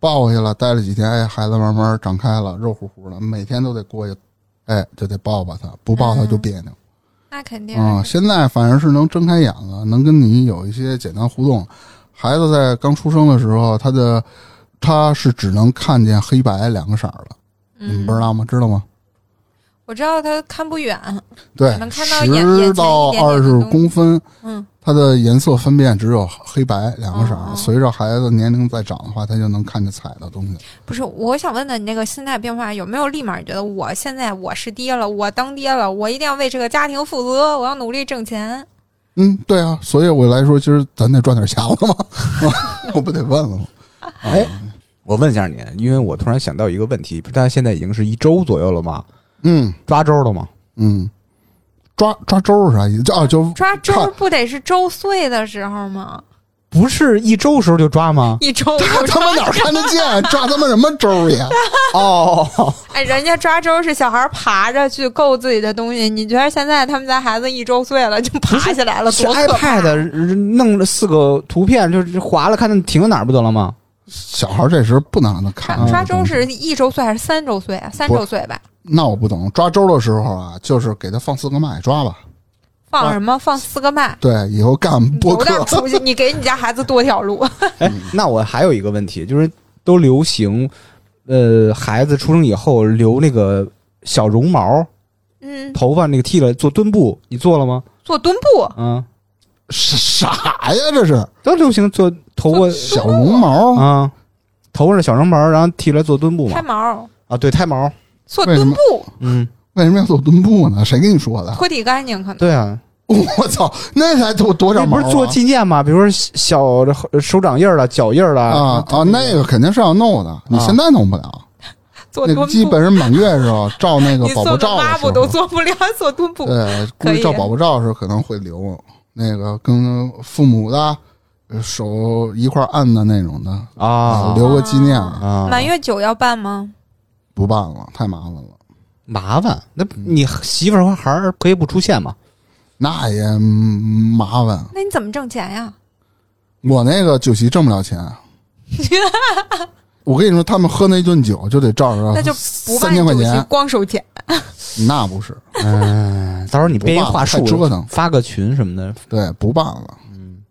Speaker 1: 抱回去了，待了几天，哎，孩子慢慢长开了，肉乎乎的，每天都得过去，哎，就得抱抱他，不抱他就别扭。
Speaker 2: 那肯定
Speaker 1: 啊、现在反而是能睁开眼了，能跟你有一些简单互动。孩子在刚出生的时候，他的他是只能看见黑白两个色儿的，你们
Speaker 2: 嗯
Speaker 1: 不知道吗？知道吗？
Speaker 2: 我知道他看不远，
Speaker 1: 对
Speaker 2: 能，看到眼眼前
Speaker 1: 十
Speaker 2: 一
Speaker 1: 到
Speaker 2: 点点
Speaker 1: 二
Speaker 2: 的
Speaker 1: 十
Speaker 2: 东西
Speaker 1: 公分，
Speaker 2: 嗯
Speaker 1: 它的颜色分辨只有黑白两个色儿。
Speaker 2: 哦
Speaker 1: 随着孩子年龄再长的话，他就能看见彩的东西。
Speaker 2: 不是，我想问的你那个心态变化有没有立马觉得我现在我是爹了，我当爹了，我一定要为这个家庭负责，我要努力挣钱。
Speaker 1: 嗯，对啊，所以我来说，今儿咱得赚点钱了 吗？我不得问了吗？
Speaker 3: 哎，我问一下你，因为我突然想到一个问题，不是他现在已经是一周左右了吗？
Speaker 1: 嗯
Speaker 3: 抓周了吗？
Speaker 1: 嗯，抓抓周是啥意思？就啊就
Speaker 2: 抓周
Speaker 1: 看
Speaker 2: 不得是周岁的时候吗？
Speaker 4: 不是一周时候就抓吗？
Speaker 2: 一周
Speaker 1: 他他妈哪儿看得见？抓他妈什么周 呀？
Speaker 3: 哦，
Speaker 2: 哎，人家抓周是小孩爬着去够自己的东西，你觉得现在他们家孩子一周岁了就爬起来了，
Speaker 4: 是
Speaker 2: 多可怕！啊
Speaker 1: 啊
Speaker 4: iPad 弄了四个图片，就是划了看那停在哪儿不得了吗？
Speaker 1: 小孩这时候不能让他看啊
Speaker 2: 抓
Speaker 1: 这
Speaker 2: 抓
Speaker 1: 个
Speaker 2: 周
Speaker 1: 东西
Speaker 2: 是一周岁还是三周岁啊？三周岁吧。
Speaker 1: 那我不懂，抓周的时候啊，就是给他放四个麦抓吧。
Speaker 2: 放什么？放四个麦。
Speaker 1: 对，以后干播
Speaker 2: 有点
Speaker 1: 啊客，
Speaker 2: 出息，你给你家孩子多 条路。
Speaker 4: 哎，
Speaker 1: 嗯
Speaker 4: 那我还有一个问题，就是都流行，呃，孩子出生以后留那个小绒毛，
Speaker 2: 嗯，
Speaker 4: 头发那个剃了做墩布，你做了吗？
Speaker 2: 做墩布，
Speaker 4: 啊，
Speaker 1: 是啥呀？这是
Speaker 4: 都流行做头发
Speaker 1: 小绒毛，
Speaker 2: 哦
Speaker 4: 啊，头发是小绒毛，然后剃来做墩布
Speaker 2: 开
Speaker 4: 嘛？
Speaker 2: 毛，
Speaker 4: 啊，对，胎毛，
Speaker 2: 做
Speaker 1: 为什
Speaker 2: 墩
Speaker 1: 么
Speaker 2: 布，
Speaker 4: 嗯，
Speaker 1: 为什么要做墩布呢？谁跟你说的？
Speaker 2: 拖地干净可 能。
Speaker 4: 对啊，
Speaker 1: 我操，那才多多
Speaker 4: 那
Speaker 1: 少毛
Speaker 4: 不
Speaker 1: 啊
Speaker 4: 是做纪念嘛？比如说小手掌印儿了、脚印儿了
Speaker 1: 啊啊啊？那个肯定是要弄的，你现在弄不了。
Speaker 2: 啊做
Speaker 1: 那
Speaker 2: 墩布，
Speaker 1: 基本上满月的时候照那个
Speaker 2: 你
Speaker 1: 宝
Speaker 2: 做
Speaker 1: 宝
Speaker 2: 个
Speaker 1: 照的
Speaker 2: 抹布
Speaker 1: 时
Speaker 2: 都
Speaker 1: 候，
Speaker 2: 做不了，做墩布。
Speaker 1: 对，估
Speaker 2: 可
Speaker 1: 计
Speaker 2: 以
Speaker 1: 照宝宝照的时候可能会留那个跟父母的呃手一块儿按的那种的，
Speaker 4: 啊
Speaker 1: 留个纪念
Speaker 4: 啊，
Speaker 2: 满月酒要办吗？
Speaker 1: 不办了，太麻烦了。
Speaker 4: 麻烦。那你媳妇儿和孩儿可以不出现吗？
Speaker 1: 那也嗯麻烦，
Speaker 2: 那你怎么挣钱呀？
Speaker 1: 啊我那个酒席挣不了 钱。我跟你说，他们喝那顿酒就得照着，
Speaker 2: 那就不
Speaker 1: 三
Speaker 2: 办
Speaker 1: 千块
Speaker 2: 酒席，
Speaker 1: 钱，
Speaker 2: 光收钱。
Speaker 1: 那不是
Speaker 4: 嗯，到时候你编一话术
Speaker 1: 不办了太折腾
Speaker 4: 发个群什么的。
Speaker 1: 对，不办了。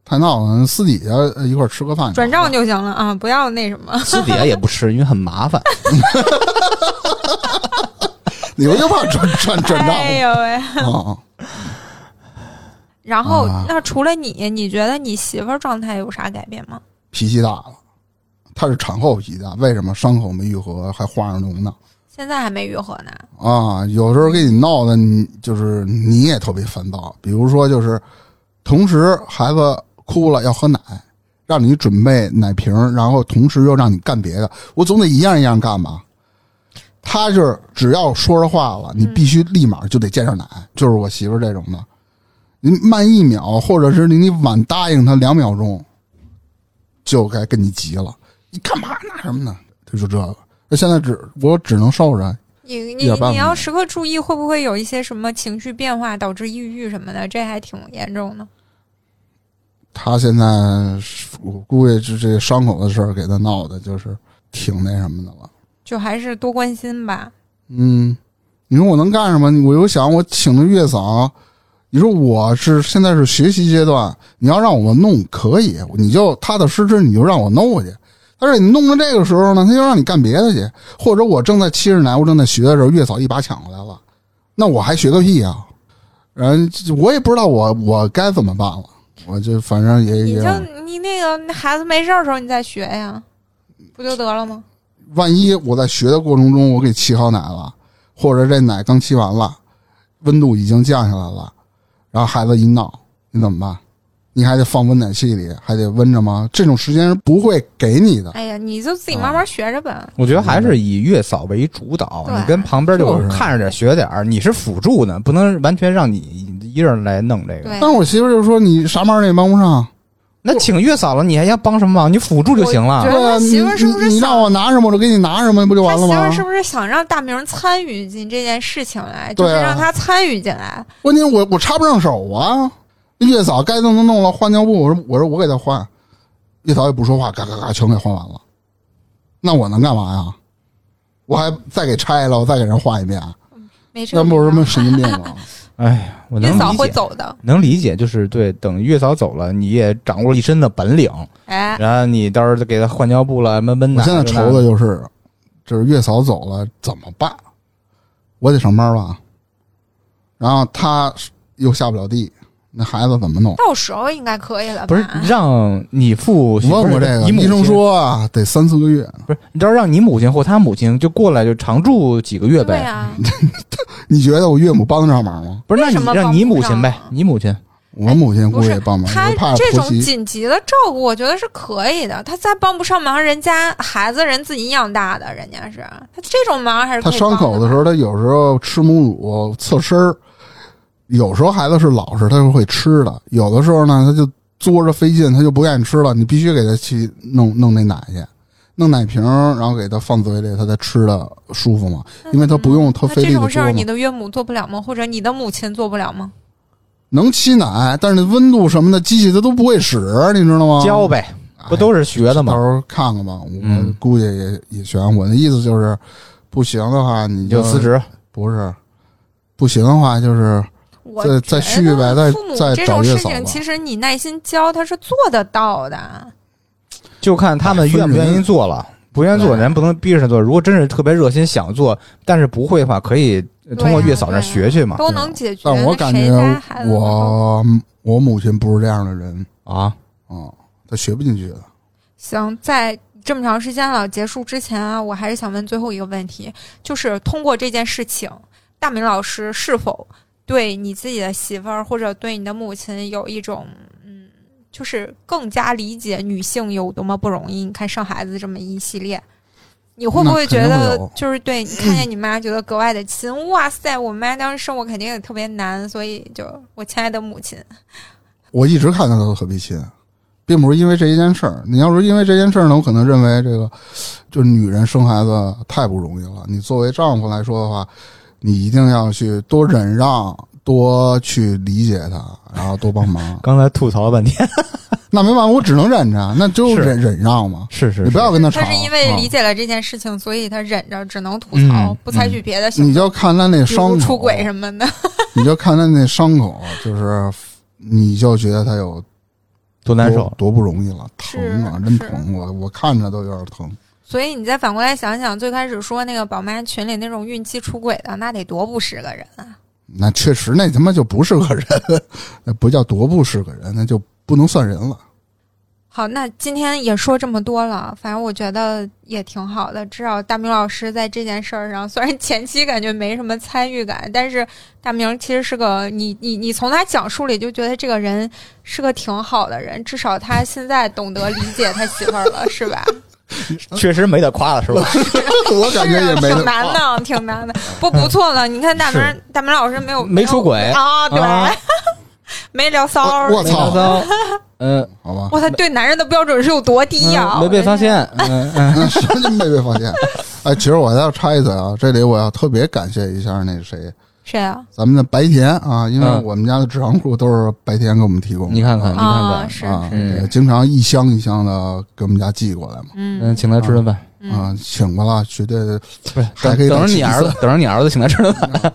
Speaker 1: 太闹了，私底下呃一块儿吃个饭。
Speaker 2: 转账就行了啊，不要那什么。
Speaker 4: 私底下也不吃，因为很麻烦。
Speaker 1: 你们就怕转 转转账
Speaker 2: 哎呦喂！
Speaker 1: 啊？
Speaker 2: 然后
Speaker 1: 啊，
Speaker 2: 那除了你，你觉得你媳妇儿状态有啥改变吗？
Speaker 1: 脾气大了，她是产后脾气大，为什么伤口没愈合还化上脓呢？
Speaker 2: 现在还没愈合呢。
Speaker 1: 啊，有时候给你闹的，你就是你也特别烦躁。比如说，就是同时孩子哭了要喝奶，让你准备奶瓶，然后同时又让你干别的，我总得一样一样干吧。他就是只要说着话了，你必须立马就得见着奶，就是我媳妇儿这种的。你慢一秒，或者是你你晚答应他两秒钟，就该跟你急了。你干嘛那什么呢？他就这个。那现在只我只能受着，
Speaker 2: 你
Speaker 1: 一
Speaker 2: 你
Speaker 1: 点半
Speaker 2: 你
Speaker 1: 不
Speaker 2: 要
Speaker 1: 能
Speaker 2: 时刻注意，会不会有一些什么情绪变化导致抑郁什么的？这还挺严重的。
Speaker 1: 他现在是我估计这这伤口的事儿给他闹的，就是挺那什么的了。
Speaker 2: 就还是多关心吧。
Speaker 1: 嗯，你说我能干什么？我又想我请的月嫂，你说我是现在是学习阶段，你要让我弄可以，你就踏踏实实你就让我弄去。但是你弄到这个时候呢，他就让你干别的去，或者我正在七十奶，我正在学的时候，月嫂一把抢过来了，那我还学个屁啊！然后我也不知道我我该怎么办了，我就反正也
Speaker 2: 你
Speaker 1: 也
Speaker 2: 就你那个那孩子没事儿的时候，你再学呀，不就得了吗？
Speaker 1: 嗯万一我在学的过程中我给沏好奶了，或者这奶刚沏完了，温度已经降下来了，然后孩子一闹，你怎么办？你还得放温奶器里，还得温着吗？这种时间是不会给你的。
Speaker 2: 哎呀，你就自己慢慢学着吧。
Speaker 3: 我觉得还是以月嫂为主导，
Speaker 2: 对
Speaker 3: 你跟旁边就
Speaker 1: 就是
Speaker 3: 看着点学点儿，你是辅助呢，不能完全让你一个人来弄这个。
Speaker 2: 对
Speaker 1: 但，是我媳妇就说你啥忙儿你也帮不
Speaker 2: 啊
Speaker 1: 上，
Speaker 3: 那请月嫂了，你还要帮什么忙？你辅助就行
Speaker 2: 我
Speaker 3: 了
Speaker 2: 觉。得
Speaker 1: 对啊，
Speaker 2: 他
Speaker 1: 你
Speaker 2: 媳妇儿是不是
Speaker 1: 你你让
Speaker 2: 想
Speaker 1: 我拿什么我就给你拿什么，不就
Speaker 2: 他
Speaker 1: 完了
Speaker 2: 媳妇儿是
Speaker 1: 吗？
Speaker 2: 不是想让大明参与进这件事情来，就是
Speaker 1: 对啊
Speaker 2: 让他参与进来？
Speaker 1: 关键我我插不上手啊。月嫂该弄的弄了，换尿布，我说我说我给她换，月嫂也不说话，嘎嘎嘎全给换完了。那我能干嘛呀？我还再给拆了，我再给人换一遍，啊
Speaker 2: 没这
Speaker 1: 那
Speaker 2: 个
Speaker 1: 不是什
Speaker 2: 必要
Speaker 1: 么神经病吗？
Speaker 3: 哎呀，我能
Speaker 2: 月嫂
Speaker 3: 理
Speaker 2: 会
Speaker 3: 解，
Speaker 2: 走的。
Speaker 3: 能理解，就是对，等月嫂走了，你也掌握了一身的本领，
Speaker 2: 哎，
Speaker 3: 然后你到时候给她换尿布了，闷闷
Speaker 1: 我
Speaker 3: 奶。
Speaker 1: 现在
Speaker 3: 这
Speaker 1: 愁
Speaker 3: 那
Speaker 1: 的就是，就是月嫂走了怎么办？我得上班吧，然后她又下不了地，那孩子怎么弄？
Speaker 2: 到时候应该可以了吧？
Speaker 3: 不是让你父
Speaker 1: 我问过这个，
Speaker 3: 你母
Speaker 1: 医生
Speaker 3: 亲
Speaker 1: 说啊，得三四个月。
Speaker 3: 不是，你知道让你母亲或他母亲就过来就常住几个月
Speaker 2: 对啊
Speaker 3: 呗。
Speaker 2: 呀，
Speaker 1: 你觉得我岳母帮得上忙吗？
Speaker 3: 不是，那
Speaker 2: 为什
Speaker 3: 你
Speaker 2: 么
Speaker 3: 让
Speaker 2: 帮
Speaker 3: 你
Speaker 2: 不
Speaker 3: 母亲
Speaker 2: 上
Speaker 3: 呗
Speaker 2: 啊，
Speaker 3: 你母亲
Speaker 1: 我母亲估
Speaker 2: 不
Speaker 1: 计
Speaker 2: 是
Speaker 1: 也帮忙，
Speaker 2: 他
Speaker 1: 我怕
Speaker 2: 这
Speaker 1: 婆
Speaker 2: 种
Speaker 1: 媳。
Speaker 2: 紧急的照顾，我觉得是可以的。他再帮不上忙，人家孩子人自己养大的，人家是他这种忙还是可
Speaker 1: 他
Speaker 2: 以帮
Speaker 1: 伤口的时候，他有时候吃母乳侧身儿，有时候孩子是老实，他是会吃的；有的时候呢，他就作着费劲，他就不愿意吃了。你必须给他去弄弄那奶去，弄奶瓶儿，然后给他放嘴里，他才吃的舒服嘛。因为他不用特
Speaker 2: 嗯那
Speaker 1: 费
Speaker 2: 这
Speaker 1: 力
Speaker 2: 种
Speaker 1: 的
Speaker 2: 事
Speaker 1: 嘬
Speaker 2: 儿，你
Speaker 1: 嘛。
Speaker 2: 的岳母做不了吗？或者你的母亲做不了吗？
Speaker 1: 能吸奶，但是那温度什么的，机器它都不会使，啊你知道吗？哎
Speaker 3: 教呗，不都是学的
Speaker 1: 啊到时
Speaker 3: 吗？
Speaker 1: 候看看吧，我
Speaker 3: 嗯
Speaker 1: 估计也、也悬。我的意思就是，不行的话你
Speaker 3: 你就辞职。
Speaker 1: 不是，不行的话就是
Speaker 2: 我
Speaker 1: 再再续
Speaker 2: 觉得
Speaker 1: 呗再
Speaker 2: 父母
Speaker 1: 再
Speaker 2: 这
Speaker 1: 找
Speaker 2: 种
Speaker 1: 月
Speaker 2: 事
Speaker 1: 嫂
Speaker 2: 情，
Speaker 1: 吧
Speaker 2: 其实你耐心教他是做得到的。
Speaker 3: 就看他们愿不愿意做了。不愿意做，咱不能逼着他做。如果真是特别热心想做，但是不会的话，可以通过月嫂那儿学学嘛。
Speaker 2: 都能解决。
Speaker 1: 啊但我
Speaker 2: 那
Speaker 1: 感
Speaker 2: 谁
Speaker 1: 觉
Speaker 2: 家孩子能
Speaker 1: 我我母亲不是这样的人
Speaker 3: 啊，
Speaker 1: 啊、嗯，她学不进去的。
Speaker 2: 行，在这么长时间了，结束之前啊，我还是想问最后一个问题，就是通过这件事情，大明老师是否对你自己的媳妇儿或者对你的母亲有一种嗯，就是更加理解女性有多么不容易？你看生孩子这么一系列，你会不会觉
Speaker 4: 那肯定
Speaker 2: 得
Speaker 4: 会有。
Speaker 2: 就是对你看见你妈觉得格外的亲？哇塞，我妈当时生我肯定也特别难，所以就我亲爱的母亲，
Speaker 1: 我一直看他都特别亲，并不是因为这一件事儿。你要是因为这件事儿呢，我可能认为这个就是女人生孩子太不容易了。你作为丈夫来说的话，你一定要去多忍让，多去理解她，然后多帮忙
Speaker 4: 刚才吐槽了半 天，
Speaker 1: 那没办法，我只能忍着，那就是忍忍让嘛。
Speaker 4: 是是
Speaker 1: 你不要跟他吵，
Speaker 2: 她是因为
Speaker 1: 啊
Speaker 2: 理解了这件事情，所以她忍着，只能吐
Speaker 4: 嗯
Speaker 2: 槽
Speaker 4: 嗯，
Speaker 2: 不采取别的行
Speaker 1: 你
Speaker 2: 动，
Speaker 1: 就看他那
Speaker 2: 比如
Speaker 1: 伤口，啊
Speaker 2: 出轨什么的。
Speaker 1: 你就看他那伤口，就是你就觉得他有
Speaker 4: 多难受
Speaker 1: 多。多不容易了，疼啊，
Speaker 2: 是
Speaker 1: 真
Speaker 2: 是
Speaker 1: 疼，我我看着都有点疼。
Speaker 2: 所以你再反过来想想，最开始说那个宝妈群里那种孕期出轨的，那得多不是个人啊！
Speaker 1: 那确实，那他妈就不是个人，那不叫多不是个人，那就不能算人了。
Speaker 2: 好，那今天也说这么多了，反正我觉得也挺好的。至少大明老师在这件事儿上，虽然前期感觉没什么参与感，但是大明其实是个你你你从他讲述里就觉得这个人是个挺好的人，至少他现在懂得理解他媳妇儿了，是吧？
Speaker 3: 确实没得夸了，是吧？
Speaker 1: 我 感觉也没 得
Speaker 2: 是啊挺难的，挺难的，不不错呢。你看大明
Speaker 3: 是
Speaker 2: 大明老师没有
Speaker 3: 没出轨
Speaker 2: 啊，对，
Speaker 3: 啊
Speaker 2: 没聊骚儿。
Speaker 1: 我我操
Speaker 3: 没 得夸，嗯，
Speaker 1: 好吧？
Speaker 2: 哇，他对男人的标准是有多低呀？
Speaker 3: 没被发现，嗯嗯，
Speaker 1: 嗯什么就没被发现？哎，其实我还要插一嘴啊，这里我要特别感谢一下那谁，
Speaker 2: 谁啊？
Speaker 1: 咱们的白田啊，因为
Speaker 3: 嗯
Speaker 1: 我们家的纸长裤都是白田给我们提供的，
Speaker 3: 你看看，你嗯看
Speaker 2: 啊，
Speaker 3: 看，
Speaker 2: 是，
Speaker 1: 啊，
Speaker 3: 是
Speaker 1: 也经常一箱一箱的给我们家寄过来嘛，
Speaker 3: 嗯，
Speaker 2: 嗯
Speaker 3: 请他吃顿饭，
Speaker 1: 啊，请过来，绝对
Speaker 3: 不是
Speaker 1: 还可以
Speaker 3: 等
Speaker 1: 再
Speaker 3: 着你
Speaker 1: 请一
Speaker 3: 儿子，等着你儿子请他吃顿饭，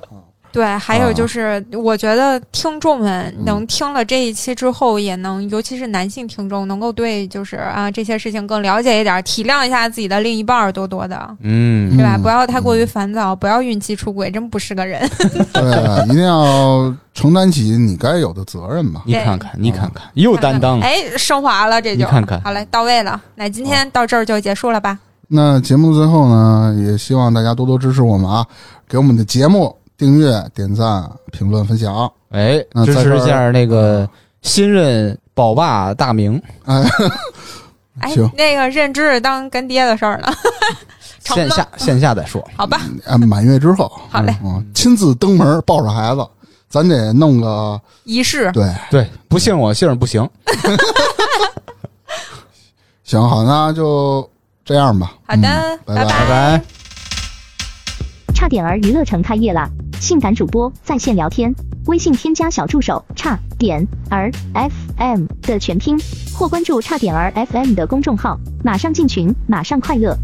Speaker 2: 对，还有就是，我觉得听众们能听了这一期之后，也能，尤其是男性听众，能够对就是啊这些事情更了解一点，体谅一下自己的另一半儿，多多的，
Speaker 4: 嗯
Speaker 2: 对吧？
Speaker 1: 嗯
Speaker 2: 不要太过于烦躁，不要孕期出轨，真不是个人。
Speaker 1: 对，啊一定要承担起你该有的责任吧。
Speaker 4: 你看看，
Speaker 1: 嗯
Speaker 4: 你看看，又担当。
Speaker 2: 哎，升华了，这就
Speaker 4: 你看 看
Speaker 2: 好嘞，到位了。那今天到这儿就结束了吧？
Speaker 1: 那节目的最后呢，也希望大家多多支持我们啊，给我们的节目订阅、点赞、评论、分享。
Speaker 4: 哎
Speaker 1: 那，
Speaker 4: 支
Speaker 1: 在这
Speaker 4: 持
Speaker 1: 儿
Speaker 4: 一下那
Speaker 1: 嗯
Speaker 4: 个新任宝爸大明，
Speaker 2: 哎
Speaker 1: 行，
Speaker 2: 那个认知当干爹的 事儿呢？成
Speaker 4: 线
Speaker 2: 吗
Speaker 4: 下嗯线下再说。
Speaker 2: 好吧，
Speaker 1: 啊，满月之后，
Speaker 2: 好嘞
Speaker 1: 嗯，嗯亲自登门抱着孩子，咱得弄个
Speaker 2: 仪式
Speaker 1: 对，
Speaker 4: 对，不信我姓儿不行。
Speaker 1: 行好，那就这样吧。
Speaker 2: 好的
Speaker 1: 嗯拜
Speaker 2: 拜拜
Speaker 4: 拜拜。
Speaker 5: 差点儿娱乐城开业啦！性感主播在线聊天，微信添加小助手“差点儿 FM” 的全拼，或关注“差点儿 FM” 的公众号，马上进群，马上快乐。